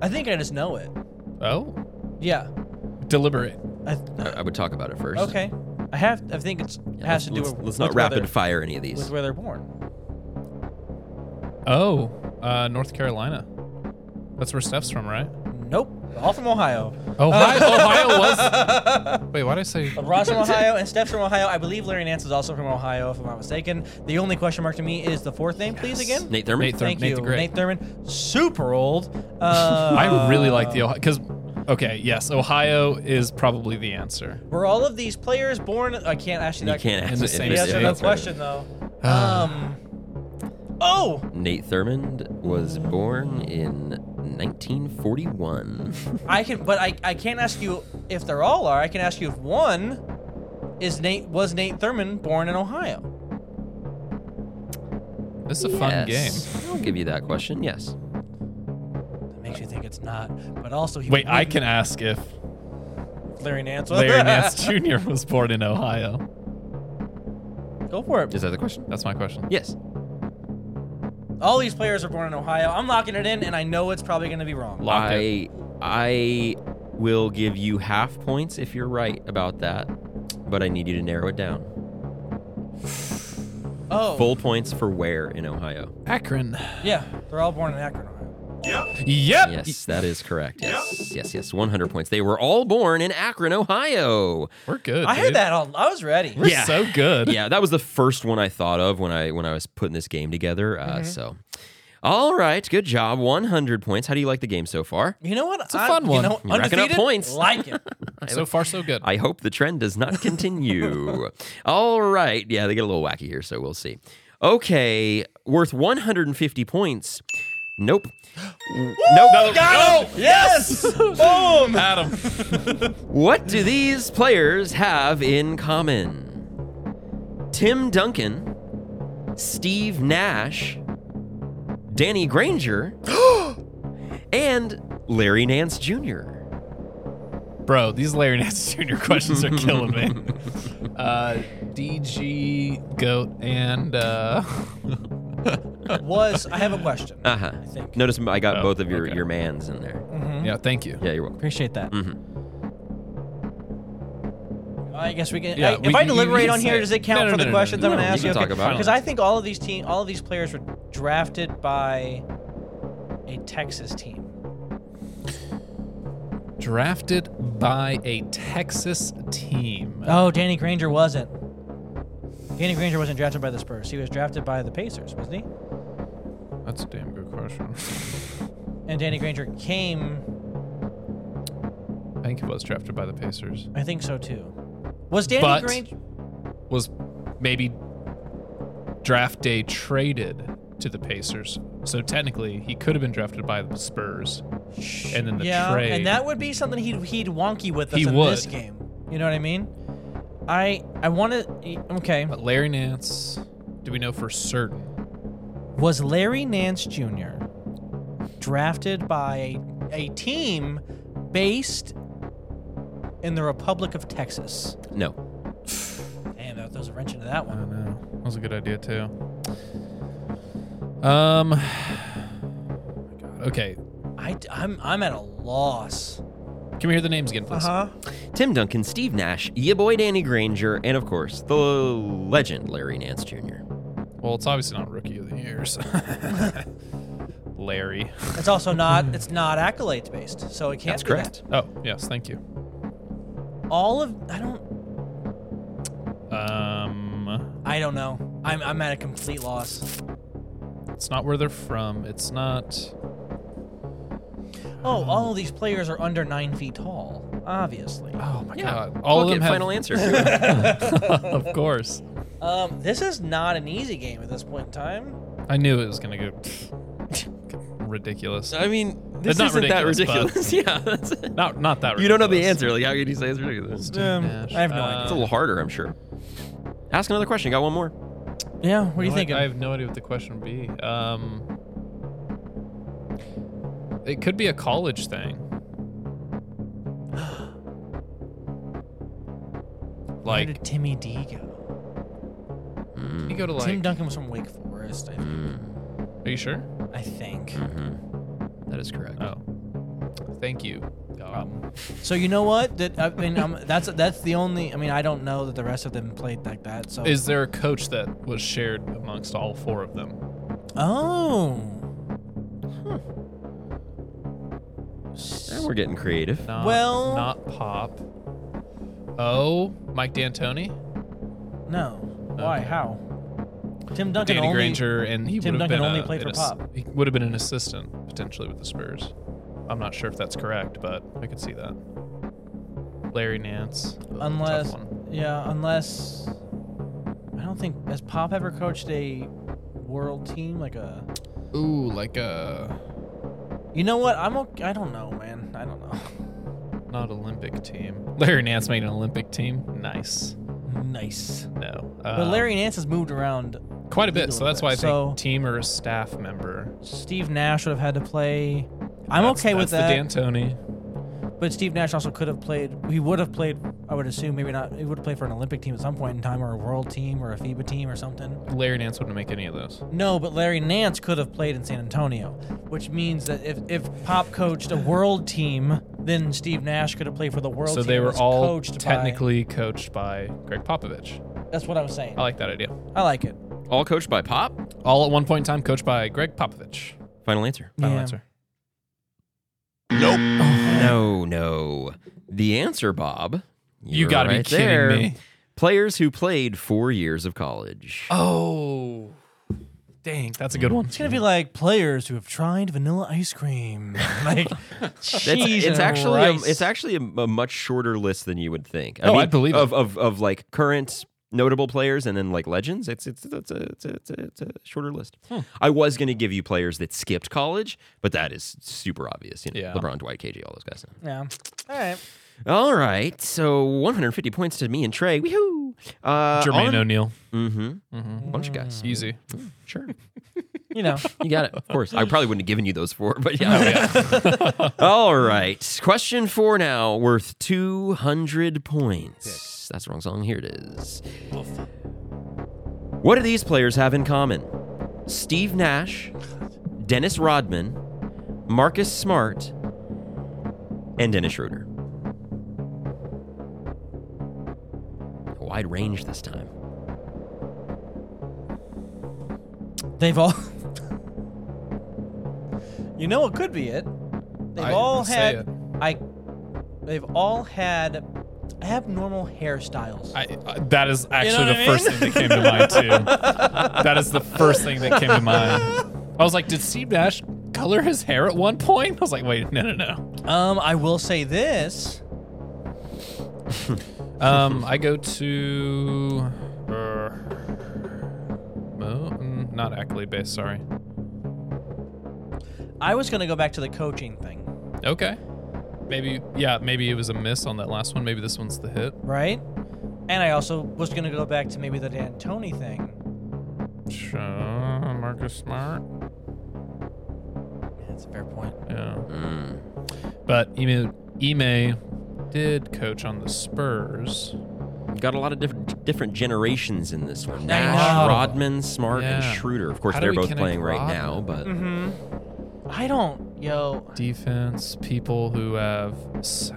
S3: I think I just know it.
S2: Oh,
S3: Yeah.
S2: deliberate.
S3: I,
S1: I, I would talk about it first.
S3: okay. I have. I think it's, it
S1: Yeah, let's,
S3: has to do
S1: let's,
S3: with.
S1: let's not
S3: with where
S1: rapid
S3: they're-
S1: fire any of
S3: With
S1: these.
S3: where they're born.
S2: Oh, uh, North Carolina. That's where Steph's from, right?
S3: Nope. All from Ohio.
S1: Uh,
S2: Ohio, Oh, Ohio was. Wait, why did I say?
S3: Ross from Ohio and Steph's from Ohio. I believe Larry Nance is also from Ohio, if I'm not mistaken. The only question mark to me is the fourth name, please, again.
S1: Nate Thurman? Nate Thurman,
S3: Thank
S2: Nate
S3: you.
S2: the Great.
S3: Nate Thurman. Super old. Uh,
S2: I really like the Ohio because. Okay, yes, Ohio is probably the answer.
S3: Were all of these players born? I can't ask you
S1: You
S3: that.
S1: can't ask
S2: In the
S1: it.
S2: same
S1: It's-
S3: Yes or no
S1: it's-
S3: question though. Um. Oh.
S1: Nate Thurmond was born in 1941.
S3: I can, but I, I can't ask you if they're all are. I can ask you if one is Nate was Nate Thurman born in Ohio.
S2: This is a fun
S1: Yes. I'll give you that question. Yes.
S3: That makes you think it's not, but also he
S2: game. Wait,
S3: would
S2: I
S3: win
S2: can ask if
S3: if Larry Nance. was-
S2: Larry Nance Jr. was born in Ohio.
S3: Go for it.
S1: Is that the question?
S2: That's my question.
S1: Yes.
S3: All these players are born in Ohio. I'm locking it in, and I know it's probably going to be wrong.
S2: Lock
S1: I
S2: it.
S1: I will give you half points if you're right about that, but I need you to narrow it down.
S3: Oh,
S1: Full points for where in Ohio?
S2: Akron.
S3: yeah, they're all born in Akron, Ohio.
S2: Yep.
S1: Yes, that is correct. Yes, yes, yes. 100 points. They were all born in Akron, Ohio.
S2: We're good.
S3: I
S2: dude.
S3: heard that. All, I was ready.
S2: We're
S1: Yeah.
S2: so good.
S1: Yeah, that was the first one I thought of when I when I was putting this game together. Uh,
S2: Mm-hmm.
S1: So, all right, good job. 100 points. How do you like the game so far?
S3: You know what? It's
S2: a fun one.
S3: You know,
S1: You're racking up
S3: undefeated,
S1: points.
S3: Like it.
S2: So far, so good.
S1: I hope the trend does not continue. All right. Yeah, they get a little wacky here, so we'll see. Okay, worth 150 points. Nope. nope.
S3: Got him. Oh, Yes. Boom.
S2: Adam.
S1: What do these players have in common? Tim Duncan, Steve Nash, Danny Granger, and Larry Nance Jr.
S2: Bro, these Larry Nance Jr. questions are killing me. Uh, DG, Goat, and. Uh,
S3: Was I have a question?
S2: Uh-huh.
S1: Uh huh.
S3: I think.
S1: Notice I got
S2: Oh,
S1: both of your,
S2: okay.
S1: your mans in there.
S2: yeah, thank you.
S1: Yeah, you're welcome.
S3: Appreciate that.
S1: Mm-hmm.
S3: I guess we can.
S2: Yeah,
S3: I-
S2: we-
S3: if I
S2: you- you
S3: deliberate
S2: can
S3: on here,
S2: say it.
S3: does it count
S2: No, no,
S3: for
S2: no,
S3: the
S2: no,
S3: questions
S2: no,
S3: I'm
S2: no,
S3: going to
S2: you
S3: ask
S1: can
S3: you?
S1: talk about it.
S3: Because I think all of these team, all of these players were drafted by a Texas team.
S2: Drafted by a Texas team.
S3: Oh, Danny Granger wasn't. Danny Granger wasn't drafted by the Spurs. He was drafted by the Pacers, wasn't he?
S2: That's a damn good question.
S3: And Danny Granger came,
S2: I think it was drafted by the Pacers.
S3: I think so too. Was Danny
S2: But-
S3: Granger?
S2: Was maybe draft day traded to the Pacers. So technically, he could have been drafted by the Spurs. And then the
S3: yeah,
S2: trade.
S3: and that would be something he'd he'd wonky with us
S2: He
S3: in this
S2: would.
S3: game. You know what I mean? I I want to. Okay,
S2: But Larry Nance, do we know for certain?
S3: was Larry Nance Jr. drafted by a, a team based in the Republic of Texas?
S1: No.
S3: Damn, that throws a wrench into that
S2: I
S3: one.
S2: don't know. That was a good idea too. Um. God, Okay.
S3: I, am I'm at a loss.
S2: Can we hear the names again, please?
S3: Uh-huh.
S1: Tim Duncan, Steve Nash, ya boy Danny Granger, and of course, the legend Larry Nance Jr.
S2: Well, it's obviously not Rookie of the Year. so- Larry.
S3: It's also not it's not accolades based, so it can't
S1: That's
S3: be that.
S1: correct.
S2: Oh yes, thank you.
S3: All of I don't
S2: Um,
S3: I don't know. I'm I'm at a complete loss.
S2: it's not where they're from. It's not.
S3: Oh, all of these players are under nine feet tall, obviously.
S2: Oh my
S1: Yeah.
S2: God! All
S1: Book
S2: of
S1: it,
S2: them have.
S1: final answer.
S2: of course.
S3: Um, this is not an easy game at this point in time.
S2: I knew it was gonna go ridiculous.
S1: I mean,
S2: this Not isn't that ridiculous, but-
S1: yeah, that's
S2: Not not that. Ridiculous.
S1: you don't know the answer. Like, how can you say it's ridiculous? It's
S2: Um,
S3: I have no idea.
S1: a little harder, I'm sure. Ask another question. Got one more.
S3: Yeah, what do
S2: No,
S3: you
S2: I-
S3: thinking?
S2: I have no idea what the question would be. Um, it could be a college thing.
S3: Where
S2: Like,
S3: did Timmy D go?
S2: you go to like. Mm-hmm.
S3: Tim Duncan was from Wake Forest, I,
S2: Are you sure?
S3: I think.
S2: Mm-hmm.
S1: That is correct.
S2: Oh, thank you. Um,
S3: So you know what? That I mean, i that's that's the only. I mean, I don't know that the rest of them played like that. So
S2: is there a coach that was shared amongst all four of them?
S3: oh.
S1: That We're getting creative.
S2: Not,
S3: Well-
S2: not pop. Oh, Mike D'Antoni,
S3: No. Why? How? Tim Duncan
S2: Danny
S3: only,
S2: Granger, and he
S3: Tim
S2: would have
S3: Duncan
S2: been
S3: only
S2: a-
S3: played for
S2: an ass-
S3: pop.
S2: He would have been an assistant potentially with the Spurs. I'm not sure if that's correct, but I could see that. Larry Nance, Ugh, tough
S3: Unless,
S2: one.
S3: yeah, unless I don't think has Pop ever coached a world team like a.
S2: Ooh, like a
S3: You know what? I'm okay. I don't know, man. I don't know.
S2: not Olympic team. Larry Nance made an Olympic team. Nice.
S3: Nice.
S2: No.
S3: but
S2: um,
S3: Larry Nance has moved around
S2: quite a bit, so that's why I think
S3: so
S2: team or a staff member.
S3: Steve Nash would have had to play. I'm
S2: That's-
S3: okay with that.
S2: That's the D'Antoni.
S3: But Steve Nash also could have played. He would have played. I would assume maybe not. He would have played for an Olympic team at some point in time, or a world team, or a FIBA team, or something.
S2: Larry Nance wouldn't make any of those.
S3: No, but Larry Nance could have played in San Antonio, which means that if, if Pop coached a world team, then Steve Nash could have played for the world
S2: so
S3: team.
S2: they
S3: and
S2: were
S3: was
S2: all
S3: coached by-
S2: technically Uh, coached by Greg Popovich.
S3: that's what I was saying.
S2: I like that idea.
S3: I like it.
S1: All coached by Pop?
S2: All at one point in time, coached by Greg Popovich.
S1: Final answer.
S2: Final
S3: Yeah.
S2: answer.
S1: Nope. No, no. The answer, Bob.
S2: You
S1: you're
S2: gotta be
S1: right
S2: kidding
S1: there.
S2: me.
S1: Players who played four years of college.
S2: Oh, dang, that's a good one.
S3: It's gonna be like players who have tried vanilla ice cream. Like,
S1: That's-
S3: cheese
S1: it's
S3: and
S1: actually a,
S3: rice.
S1: it's actually a, a much shorter list than you would think.
S2: Oh, I believe it.
S1: of, of of like current notable players and then like legends. It's it's it's a it's a, it's a, it's a shorter list.
S2: Hmm.
S1: I was going to give you players that skipped college, but that is super obvious. You know,
S2: Yeah.
S1: LeBron, Dwight, KG, all those guys.
S3: yeah. All right.
S1: All right, so 150 points to me and Trey. Woohoo! Uh,
S2: Jermaine
S1: on-
S2: O'Neal.
S1: Mm-hmm.
S2: Mhm.
S1: Bunch of guys.
S2: Easy.
S1: Sure.
S3: You know.
S1: You got it. Of course. I probably wouldn't have given you those four, but yeah. All right. Question four now, worth 200 points. That's the wrong song. Here it is. What do these players have in common? Steve Nash, Dennis Rodman, Marcus Smart, and Dennis Schroeder. Wide range this time.
S3: They've all. you know what could be it? They've
S2: I
S3: all
S2: didn't say
S3: had.
S2: it.
S3: I. They've all had abnormal hairstyles.
S2: I, I, that is actually
S3: what
S2: the
S3: I
S2: first
S3: mean?
S2: thing that came to mind too. that is the first thing that came to mind. I was like, did Steve Nash color his hair at one point? I was like, wait, no, no, no.
S3: um, I will say this.
S2: Um, I go to. Uh, Mo- mm, not accolade based. Sorry.
S3: I was gonna go back to the coaching thing,
S2: Okay. Maybe yeah. Maybe it was a miss on that last one. Maybe this one's the hit.
S3: right? And I also was gonna go back to maybe the D'Antoni thing.
S2: Sure, Marcus Smart.
S3: Yeah, that's a fair point.
S2: Yeah.
S1: Mm.
S2: But Ime, Ime did coach on the Spurs.
S1: Got a lot of different different generations in this one.
S3: I
S1: Nash,
S3: know.
S1: Rodman, Smart,
S2: Yeah.
S1: and Schroeder. Of course,
S2: How do
S1: they're
S2: we
S1: both
S2: connect
S1: playing right
S2: Rodman?
S1: now,
S2: Mm-hmm.
S1: but
S3: hmm I don't, yo.
S2: Defense, people who have. s-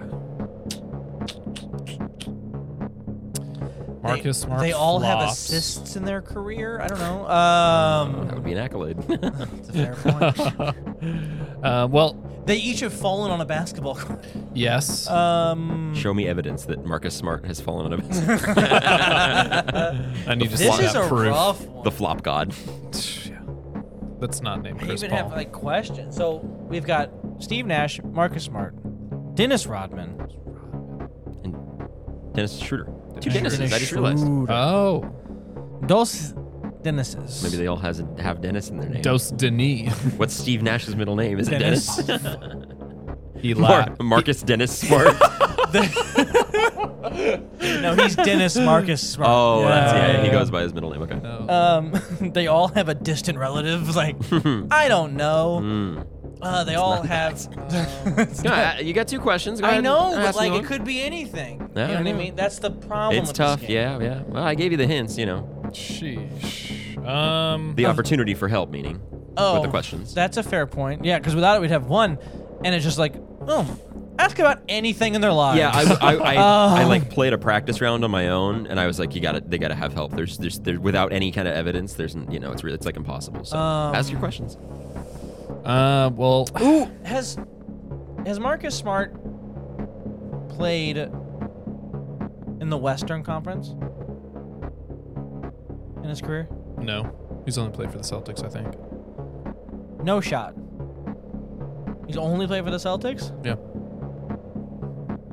S2: Marcus
S3: they,
S2: Smart.
S3: They all have
S2: flops.
S3: assists in their career. I don't know.
S1: that would
S3: Um,
S1: be an accolade.
S2: Mm-hmm.
S3: that's a fair point.
S2: Uh, well,
S3: they each have fallen on a basketball court.
S2: yes.
S3: Um,
S1: Show me evidence that Marcus Smart has fallen out of his
S2: I need to
S3: this
S2: see
S3: is
S2: that
S3: a
S2: proof.
S3: rough one.
S1: the flop god.
S2: Yeah. Let's not name
S3: I
S2: Chris
S3: even
S2: Paul.
S3: have like questions. So we've got Steve Nash, Marcus Smart, Dennis Rodman,
S1: And Dennis Schroeder. Two
S2: Dennis
S1: Dennises. I just
S3: Schroeder.
S1: realized.
S2: oh,
S3: Dos Dennises.
S1: Maybe they all has a, have Dennis in their name.
S2: Dos Denis.
S1: What's Steve Nash's middle name? Is it Dennis?
S2: he
S1: Mar-
S2: lied.
S1: Marcus Dennis Smart.
S3: no, he's Dennis Marcus Smart.
S1: oh, that's yeah. He goes by his middle name. Okay.
S2: Oh.
S3: Um, they all have a distant relative. Like I don't know.
S1: Mm.
S3: Uh, they all have.
S1: No, I- you got two questions. Go
S3: I
S1: ahead.
S3: know, but
S1: Ask me
S3: like
S1: one.
S3: it could be anything.
S1: Yeah,
S3: you know
S1: I
S3: what I
S1: know.
S3: mean? That's the problem.
S1: It's
S3: with
S1: tough.
S3: This
S1: Yeah,
S3: game.
S1: yeah. Well, I gave you the hints. You know.
S2: Sheesh. Um.
S1: the opportunity for help meaning with the questions
S3: Oh, That's a fair point. Yeah, because without it, we'd have one, and it's just like, oh, ask about anything in their lives.
S1: yeah I, I, I, I
S3: Oh.
S1: like played a practice round on my own and i was like you gotta they gotta have help there's there's there, without any kind of evidence there's n- you know it's really it's like impossible so ask your
S3: Um,
S1: questions
S2: Uh. Well.
S3: Ooh, has has Marcus Smart played in the Western Conference in his career?
S2: No, he's only played for the Celtics, I think.
S3: No shot. He's only played for the Celtics?
S2: Yeah.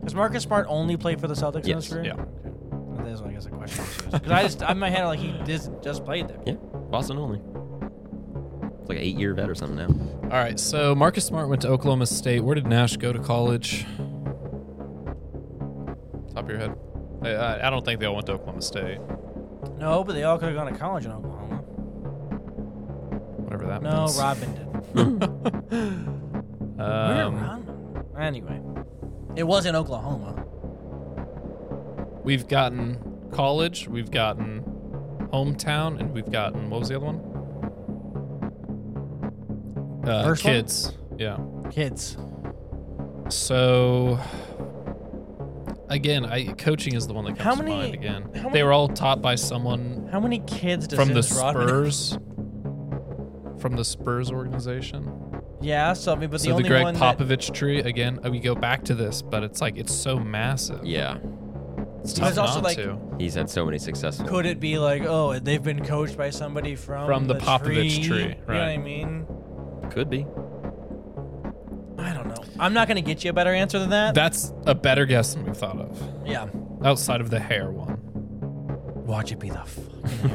S3: Does Marcus Smart only play for the Celtics in his
S1: Yes.
S3: career?
S2: Yeah.
S3: Okay. That is, I guess, a question. Because I just, in my head, I'm like, he dis- just played there.
S1: Yeah, Boston only. It's like an eight-year vet or something now.
S2: All right, so Marcus Smart went to Oklahoma State. Where did Nash go to college? Top of your head. I- I, I don't think they all went to Oklahoma State.
S3: No, but they all could have gone to college in Oklahoma.
S2: Whatever that
S3: No,
S2: means.
S3: Robin did. Where
S2: Um,
S3: Robin? Anyway, it was in Oklahoma.
S2: We've gotten college, we've gotten hometown, and we've gotten what was the other one? Uh,
S3: First one?
S2: kids. Yeah.
S3: Kids.
S2: So again, I coaching is the one that comes
S3: How
S2: to
S3: many-
S2: mind again.
S3: how many-
S2: they were all taught by someone
S3: How many kids does
S2: from the
S3: Dennis Rodman-
S2: Spurs. From the Spurs organization.
S3: Yeah, so I mean, but the
S2: so the
S3: only
S2: Greg
S3: one that-
S2: Popovich tree again. uh, We go back to this, but it's like it's so massive.
S1: Yeah,
S2: it's
S3: But
S2: tough
S3: it's also
S2: not
S3: like-
S2: to.
S1: he's had so many successful.
S3: could it be like, oh, they've been coached by somebody from
S2: From the Popovich
S3: tree,
S2: tree,
S3: You know what I
S2: right.
S3: mean?
S1: Could be.
S3: I don't know. I'm not gonna get you a better answer than that.
S2: That's a better guess than we thought of.
S3: yeah.
S2: Outside of the hair one.
S3: Watch it be the fucking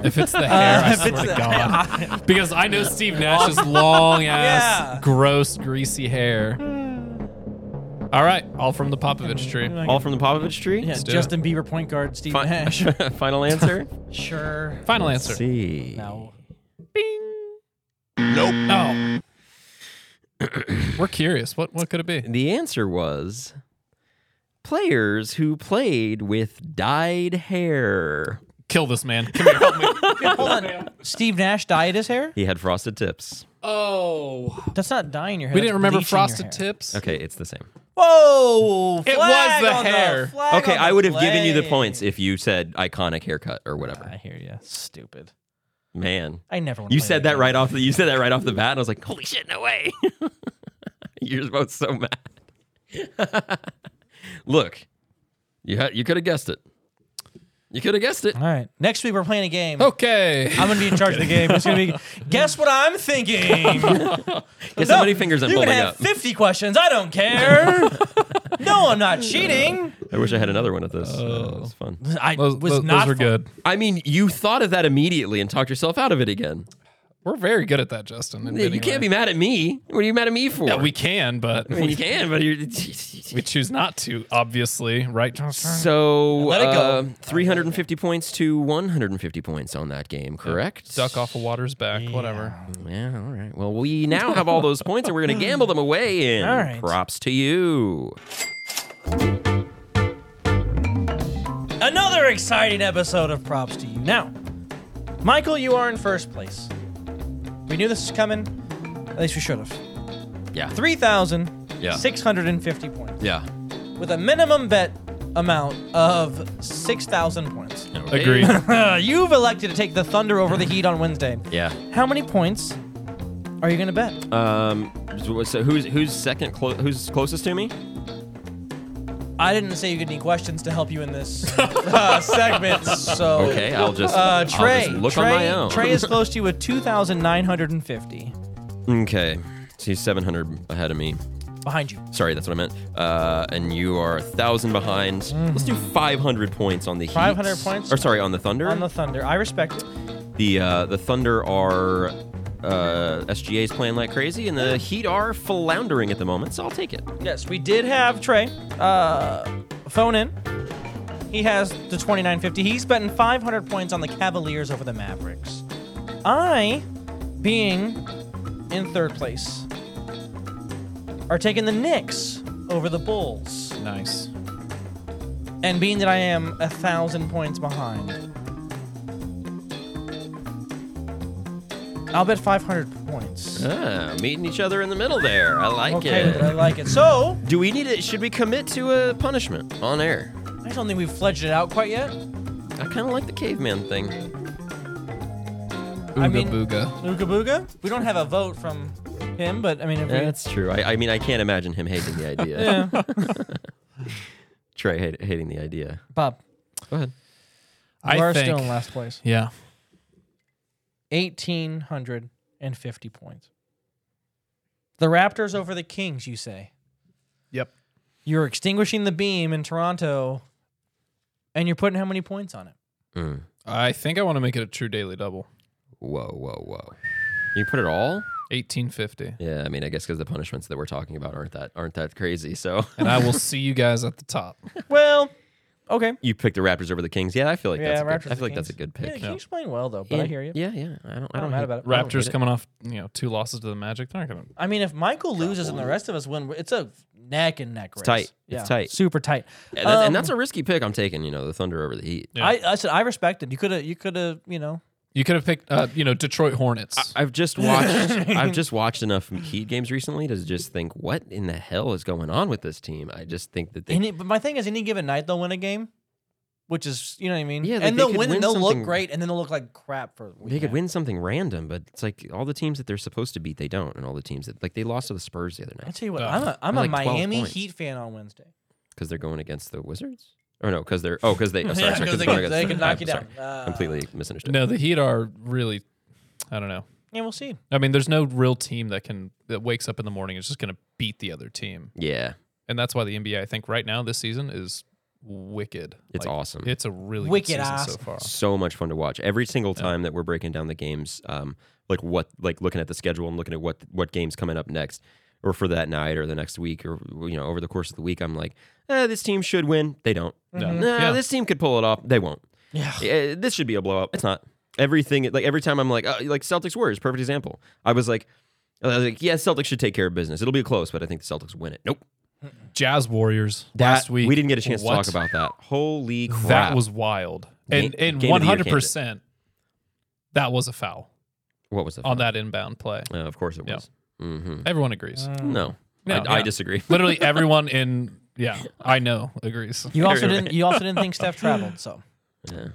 S2: If it's the hair,
S3: Uh,
S2: I
S3: if
S2: swear
S3: it's
S2: to
S3: the-
S2: God. because I know Steve Nash's long ass,
S3: Yeah.
S2: gross, greasy hair. All right, all from the Popovich tree.
S1: All from the Popovich tree.
S3: Yeah,
S2: Let's do
S3: Justin Bieber point guard Steve
S1: Fi-
S3: Nash.
S1: Final answer.
S3: sure.
S2: Final
S1: Let's
S2: answer.
S1: See.
S3: No.
S2: No. We're curious. What what could it be?
S1: The answer was players who played with dyed hair.
S2: Kill this man. Come here, help me.
S3: Hold on. Steve Nash dyed his hair?
S1: He had frosted tips.
S2: Oh.
S3: That's not dyeing your hair.
S2: We
S3: that's
S2: didn't remember
S3: bleaching your
S2: frosted
S3: hair.
S2: tips.
S1: Okay, it's the same.
S3: Whoa!
S2: It was
S3: flag
S2: the
S3: on
S2: hair.
S3: flag
S1: Okay,
S3: on
S1: I
S3: the
S1: would have given you the
S3: play.
S1: points if you said iconic haircut or whatever.
S3: I hear you. Stupid.
S1: Man,
S3: I never. wanna
S1: you
S3: play
S1: said that
S3: game.
S1: right off. The, you said that right off the bat, and I was like, "Holy shit, no way!" You're both so mad. Look, you had, you could have guessed it. You could have guessed it.
S3: All right. Next week we're playing a game.
S2: Oh. Okay.
S3: I'm gonna be in charge of the game. It's gonna be. Guess what I'm thinking.
S1: Guess
S3: No,
S1: how many fingers I'm
S3: you can
S1: holding
S3: have
S1: up.
S3: 50 questions. I don't care. no, I'm not cheating.
S1: I wish I had another one of those. Uh,
S3: Oh.
S1: it was fun.
S3: I
S2: Those,
S3: was
S2: those,
S3: not.
S2: those were
S3: fun.
S2: good.
S1: I mean, you thought of that immediately and talked yourself out of it again.
S2: We're very good at that, Justin.
S1: Yeah, you can't be mad at me. What are you mad at me for?
S2: Yeah, we can, but
S1: I mean, you can, but you're.
S2: we choose not to, obviously, right, Justin?
S1: So
S3: Let it go.
S1: uh, 350 points to 150 points on that game, correct?
S2: Duck off a water's back, whatever.
S1: Yeah, all right. Well, we now have all those points and we're going to gamble them away in.
S3: All right.
S1: Props to you.
S3: Another exciting episode of Props to You. Now, Michael, you are in first place. We knew this was coming. At least we should have.
S1: Yeah.
S3: 3,650 points
S1: Yeah.
S3: with a minimum bet amount of 6,000 points.
S1: Okay.
S2: Agreed.
S3: You've elected to take the Thunder over the Heat on Wednesday.
S1: Yeah.
S3: How many points are you going to bet?
S1: Um. So so who's who's second? Clo- who's closest to me?
S3: I didn't say you get any questions to help you in this uh, segment, so
S1: Okay, I'll just,
S3: uh,
S1: I'll
S3: Trey.
S1: just look
S3: Trey,
S1: on my own.
S3: Trey is close to you with two thousand nine hundred and fifty
S1: okay. So he's 700 ahead of me.
S3: behind you.
S1: Sorry, that's what I meant. Uh, and you are a thousand behind. Let's do 500 points on the Heat.
S3: 500 Mm-hmm. points?
S1: Or sorry, on the Thunder.
S3: On the Thunder, I respect it.
S1: The uh, the Thunder are uh, SGA's playing like crazy, and the Heat are floundering at the moment. So I'll take it.
S3: Yes, we did have Trey uh, phone in. He has the twenty nine fifty. He's betting five hundred points on the Cavaliers over the Mavericks. I, being in third place, are taking the Knicks over the Bulls.
S2: nice.
S3: And being that I am a thousand points behind, I'll bet 500 points.
S1: Ah, meeting each other in the middle there. I like
S3: okay,
S1: it.
S3: but I like it. So,
S1: Do we need it? Should we commit to a punishment on air?
S3: I don't think we've fledged it out quite yet.
S1: I kind of like the caveman thing.
S2: Ooga
S3: I mean-
S2: booga.
S3: Ooga booga? We don't have a vote from him, but I mean, if we-
S1: That's true. I, I mean, I can't imagine him hating the idea.
S3: Yeah.
S1: Trey hate, hating the idea.
S3: Bob,
S1: go ahead.
S2: I
S3: Laura
S2: think-
S3: still in last place.
S2: Yeah.
S3: Eighteen hundred and fifty points. The Raptors over the Kings, you say?
S2: Yep.
S3: You're extinguishing the beam in Toronto, and you're putting how many points on it?
S2: I think I want to make it a true daily double.
S1: Whoa, whoa, whoa! You put it all.
S2: 1850.
S1: Yeah, I mean, I guess because the punishments that we're talking about aren't that aren't that crazy. So,
S2: And I will see you guys at the top.
S3: Well, okay.
S1: you picked the Raptors over the Kings. Yeah, I feel like that's
S3: Yeah,
S1: a
S3: Raptors
S1: good, I
S3: over
S1: feel like that's a
S3: Kings.
S1: good
S3: Yeah,
S1: pick.
S3: Kings playing well though, but I
S1: And-
S3: hear you.
S1: Yeah, yeah. I don't. I
S3: I'm
S1: don't
S3: mad
S1: hate
S3: about it. I don't hate
S2: Raptors
S3: it.
S2: coming off, you know, two losses to the Magic. They're not going to.
S3: I mean, if Michael loses and the rest of us win, it's a neck and neck race.
S1: It's tight. It's tight.
S3: Super tight.
S1: And that's,
S3: Um,
S1: and that's a risky pick. I'm taking. You know, the Thunder over the Heat.
S3: I, I said I respect it. You could have. You could have. You know.
S2: You could have picked, uh, you know, Detroit Hornets.
S1: I've just watched. I've just watched enough Heat games recently to just think, what in the hell is going on with this team? I just think that they.
S3: Any, but my thing is, any given night they'll win a game, which is you know what I mean.
S1: Yeah, like
S3: and
S1: they
S3: they'll
S1: could
S3: win,
S1: win
S3: and they'll
S1: something-
S3: look great, and then they'll look like crap for.
S1: they could win something random, but it's like all the teams that they're supposed to beat, they don't, and all the teams that like they lost to the Spurs the other night.
S3: I tell you what, I'm a, I'm a Miami Heat fan on Wednesday.
S1: because they're going against the Wizards, or no, because they're oh, because they oh, sorry,
S3: Yeah,
S1: sorry,
S3: 'cause
S1: because
S3: they
S1: going
S3: could-
S1: against
S3: they
S1: the-
S3: could knock
S1: I'm
S3: you down.
S1: sorry.
S3: Uh,
S1: Completely misunderstood.
S2: No, the Heat are really, I don't know.
S3: Yeah, we'll see.
S2: I mean, there's no real team that can that wakes up in the morning is just going to beat the other team.
S1: Yeah.
S2: and that's why the NBA, I think, right now this season is wicked.
S1: It's awesome.
S2: It's a really
S3: Wicked
S2: good season so
S3: awesome.
S2: far.
S1: so much fun to watch every single time that we're breaking down the games um like what like looking at the schedule and looking at what what games coming up next or for that night or the next week or you know over the course of the week i'm like eh, this team should win they don't
S2: No.
S1: Nah,
S2: Yeah.
S1: this team could pull it off they won't
S3: Yeah.
S1: Eh, this should be a blowout it's not everything like every time i'm like uh, like celtics warriors perfect example i was like I was like, yeah, Celtics should take care of business. It'll be close, but I think the Celtics win it. Nope.
S2: Jazz Warriors
S1: That,
S2: last week.
S1: We didn't get a chance
S2: What?
S1: to talk about that. Holy crap.
S2: That was wild. And
S1: Game-
S2: and
S1: game of
S2: one
S1: the year
S2: hundred percent, that was a foul
S1: What was the
S2: on that inbound play.
S1: Uh, of course it
S2: Yeah.
S1: was. hmm
S2: Everyone agrees.
S3: Mm.
S1: No,
S2: No,
S1: I, I
S2: yeah.
S1: disagree.
S2: Literally everyone in yeah, I know agrees.
S3: You also didn't. You also didn't think Steph traveled, so
S1: Yeah.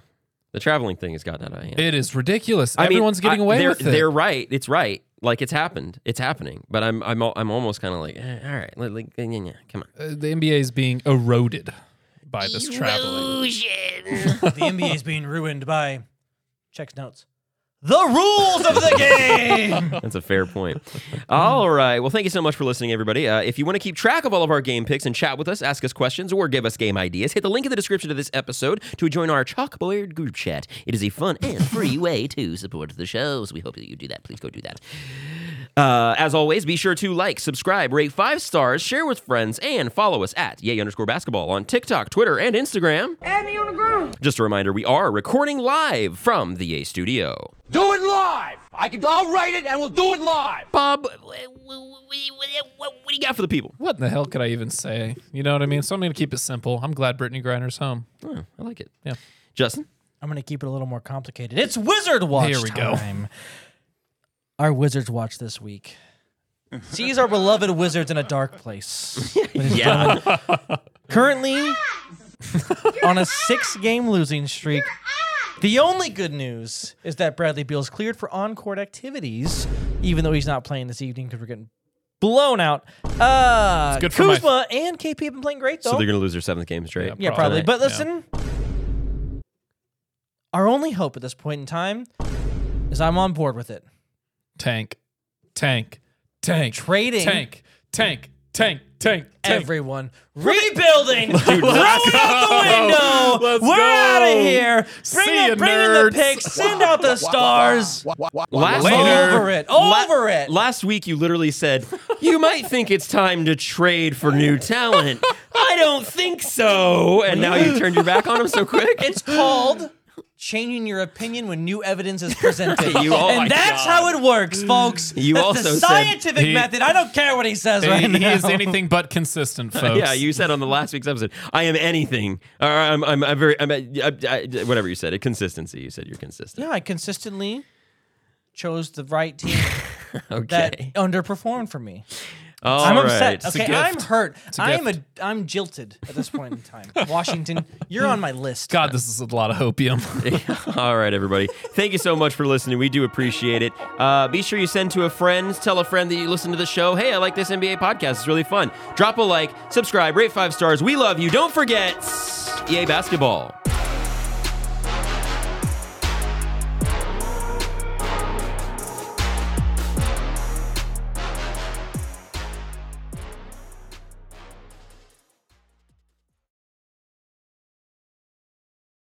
S1: The traveling thing has gotten out of hand.
S2: It is ridiculous.
S1: I mean,
S2: Everyone's getting
S1: I-
S2: away
S1: they're,
S2: with it.
S1: They're right. It's right. Like it's happened. It's happening. But I'm I'm al- I'm almost kind of like eh, all right. Like, like, yeah, yeah, yeah, come on.
S2: Uh, the NBA is being eroded by this traveling.
S3: the NBA is being ruined by checks notes. The rules of the game.
S1: That's a fair point. all right. Well, thank you so much for listening, everybody. Uh, if you want to keep track of all of our game picks and chat with us, ask us questions, or give us game ideas, hit the link in the description of this episode to join our Chalkboard group chat. It is a fun and free way to support the show. So we hope that you do that. Please go do that. Uh, as always, be sure to like, subscribe, rate five stars, share with friends, and follow us at yay underscore basketball on TikTok, Twitter, and Instagram.
S5: Add me on the ground.
S1: Just a reminder, we are recording live from the Yay Studio.
S5: Do it live. I can. I'll write it, and we'll do it live.
S1: Bob, wh- wh- wh- what do you got for the people?
S2: What in the hell could I even say? You know what I mean? So I'm going to keep it simple. I'm glad Brittany Griner's home.
S1: Oh, I like it.
S2: Yeah.
S1: Justin?
S3: I'm gonna keep it a little more complicated. It's Wizard Watch.
S2: Here we go.
S3: time. Our Wizards Watch this week sees our beloved Wizards in a dark place. Ladies and
S1: Yeah.
S3: gentlemen, Currently on a six-game losing streak. The only good news is that Bradley Beal's cleared for on-court activities, even though he's not playing this evening because we're getting blown out. Uh,
S2: good for my-
S3: Kuzma and KP have been playing great though.
S1: So they're going to lose their seventh game straight.
S3: Yeah,
S2: Probably.
S3: probably. But
S2: Yeah.
S3: listen, our only hope at this point in time is I'm on board with it.
S2: Tank, tank, tank,
S3: Trading.
S2: tank, tank, tank, tank, tank.
S3: Everyone rebuilding, throwing out the window.
S2: Let's
S3: We're
S2: go.
S3: out of here. Bring,
S2: See
S3: the,
S2: ya,
S3: bring in
S2: nerds.
S3: the picks. Send out the stars.
S1: Last
S2: Later.
S3: Over it. Over it.
S1: Last week, you literally said, You might think it's time to trade for new talent. I don't think so. And now you turned your back on him so quick.
S3: It's called changing your opinion when new evidence is presented.
S1: You- oh my
S3: and that's
S1: God.
S3: how it works, folks.
S1: You
S3: that's
S1: also
S3: the
S1: said-
S3: scientific
S2: He-
S3: method. I don't care what he says
S2: He,
S3: right
S2: he
S3: now.
S2: is anything but consistent, folks.
S1: Yeah, you said on the last week's episode, I am anything. Or I'm, I'm, I'm very, I'm, I, I, whatever you said, it consistency. You said you're consistent.
S3: Yeah, I consistently chose the right team that
S1: Okay.
S3: underperformed for me.
S1: All
S3: I'm
S1: right.
S3: upset.
S1: It's a
S3: Okay, I'm
S1: gift.
S3: hurt.
S1: It's a
S3: I'm a I'm jilted at this point in time. Washington, you're on my list.
S2: God, this is a lot of opium.
S1: All right, everybody. Thank you so much for listening. We do appreciate it. Uh, be sure you send to a friend, tell a friend that you listen to the show. Hey, I like this NBA podcast. It's really fun. Drop E a like, subscribe, rate five stars. We love you. Don't forget, EA Basketball.